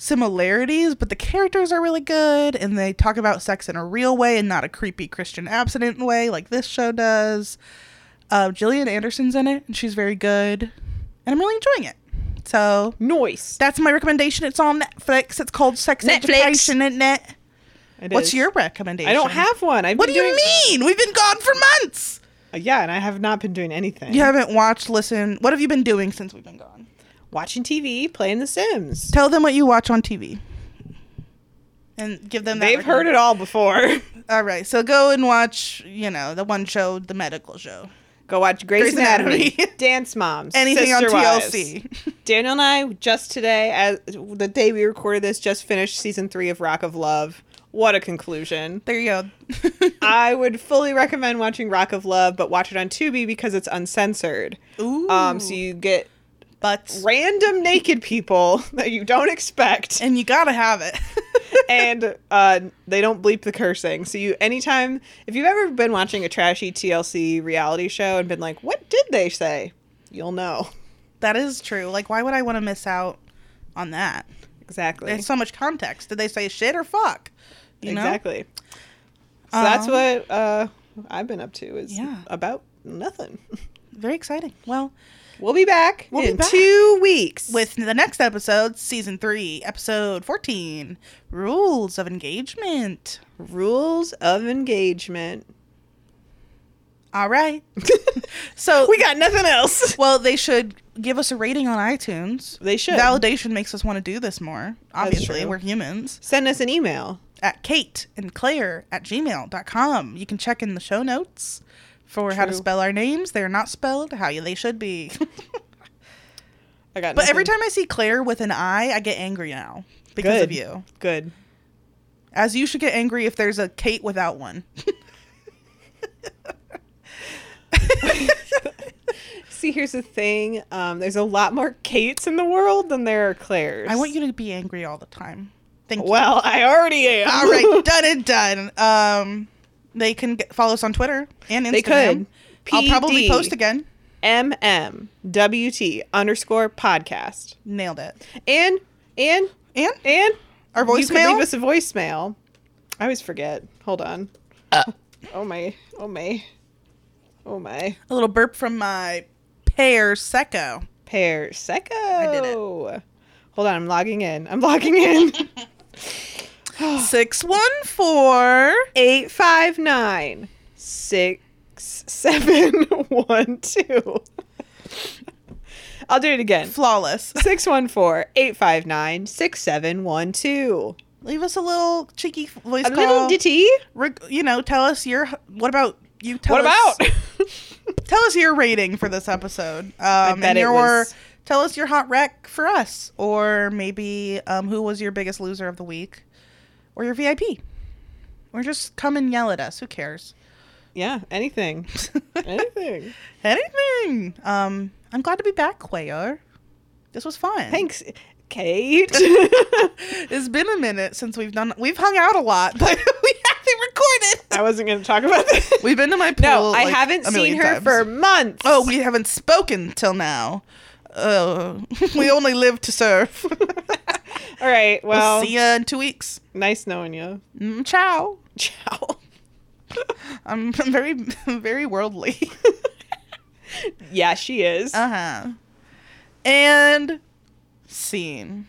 A: similarities, but the characters are really good, and they talk about sex in a real way and not a creepy Christian abstinent way like this show does. Uh, Gillian Anderson's in it, and she's very good, and I'm really enjoying it. So
B: Noise.
A: that's my recommendation. It's on Netflix. It's called Sex
B: Netflix.
A: Education, isn't it?
B: It
A: What's
B: is.
A: your recommendation?
B: I don't have one. I've
A: What do
B: been
A: you
B: doing- Uh,
A: mean? We've been gone for months.
B: Yeah, and I have not been doing anything.
A: You haven't watched, listened. What have you been doing since we've been gone?
B: watching TV, playing The Sims.
A: Tell them what you watch on TV. And give them that.
B: They've heard it all before. (laughs)
A: recommend- All right. So go and watch, you know, the one show, the medical show.
B: Go watch
A: Grey's
B: Grey's, Anatomy,
A: (laughs) Anatomy.
B: Dance Moms,
A: Anything on
B: Sister Wives.
A: TLC.
B: Daniel and I just today, as the day we recorded this, just finished season three of Rock of Love. What a conclusion!
A: there you go. (laughs)
B: I would fully recommend watching Rock of Love, but watch it on Tubi because it's uncensored.
A: Ooh.
B: Um, so you get
A: butts.
B: random naked people (laughs) that you
A: (laughs)
B: don't expect,
A: And you got to have it.
B: and uh, they don't bleep the cursing. So you, anytime, if you've ever been watching a trashy TLC reality show and been like, "What did they say?" You'll know (laughs)
A: that is true. Like, why would I want to miss out on that?
B: exactly.
A: There's so much context. Did they say shit or fuck? You know?
B: exactly. So that's
A: Um,
B: what uh, I've been up to is
A: Yeah.
B: about nothing. (laughs)
A: Very exciting. Well,
B: We'll be back
A: We'll be
B: in
A: back.
B: two weeks
A: with the next episode, season three, episode 14 Rules of Engagement.
B: rules of engagement.
A: All
B: (laughs)
A: right. So,
B: We got nothing else.
A: well, they should give us a rating on iTunes.
B: They should
A: Validation makes us want to do this more. Obviously,
B: true.
A: we're humans.
B: (laughs) send us an email.
A: At Kate and Claire at gmail.com. You can check in the show notes for how to
B: True.
A: spell our names. They're not spelled how you- they should
B: (laughs)
A: be.
B: I got.
A: but every
B: nothing.
A: time I see Claire with an I, I get angry now because of
B: Good.
A: you.
B: good.
A: As you should get angry if there's a Kate without
B: (laughs)
A: one. (laughs)
B: See, here's the thing. Um, there's a lot more Kates in the world than there are Claires.
A: I want you to be angry all the time. Thank you.
B: Well, I already am.
A: All
B: (laughs)
A: right, (laughs) done and done. Um, they can get, follow us on Twitter and Instagram.
B: They could.
A: I'll probably
B: PD.
A: post again.
B: MMWT underscore podcast.
A: Nailed it.
B: And and
A: And
B: and
A: our
B: you can leave
A: voicemail.
B: us a voicemail. I always forget. Hold on.
A: Uh.
B: Oh my. Oh my. Oh my.
A: a little burp from my pear secco. (gasps)
B: Pear Seco.
A: did it.
B: Hold on, I'm logging in. I'm logging
A: (laughs)
B: in.
A: Six one four.
B: Eight five nine six seven one two. I'll do it again.
A: Flawless.
B: 614-859-6712.
A: Leave us a little cheeky voice
B: A
A: call.
B: little ditty.
A: Reg- you know, tell us your. What about you? Tell
B: What
A: us-
B: about?
A: tell us your rating for this episode. Um, and
B: bet it
A: your,
B: was-
A: Tell us your hot wreck for us, or maybe um, who was your biggest loser of the week, or your VIP, or just come and yell at us. Who cares?
B: (laughs) yeah, anything. Anything.
A: (laughs) Anything. Um, I'm glad to be back, Quayo. This was fun.
B: Thanks,
A: (laughs)
B: Kate. (laughs)
A: It's been a minute since we've done. We've hung out a lot, (laughs) but we haven't recorded.
B: I wasn't going to talk about this.
A: We've been to my pool.
B: No, I
A: like,
B: haven't
A: a
B: seen
A: million
B: her
A: times.
B: for months.
A: Oh, we haven't spoken till now. Uh, (laughs) we only live to serve. (laughs)
B: (laughs) all right. Well,
A: See ya in two weeks.
B: nice knowing you.
A: Mm, ciao.
B: Ciao.
A: I'm (laughs) very, very worldly.
B: Yeah, she is.
A: Uh-huh. uh huh. And scene.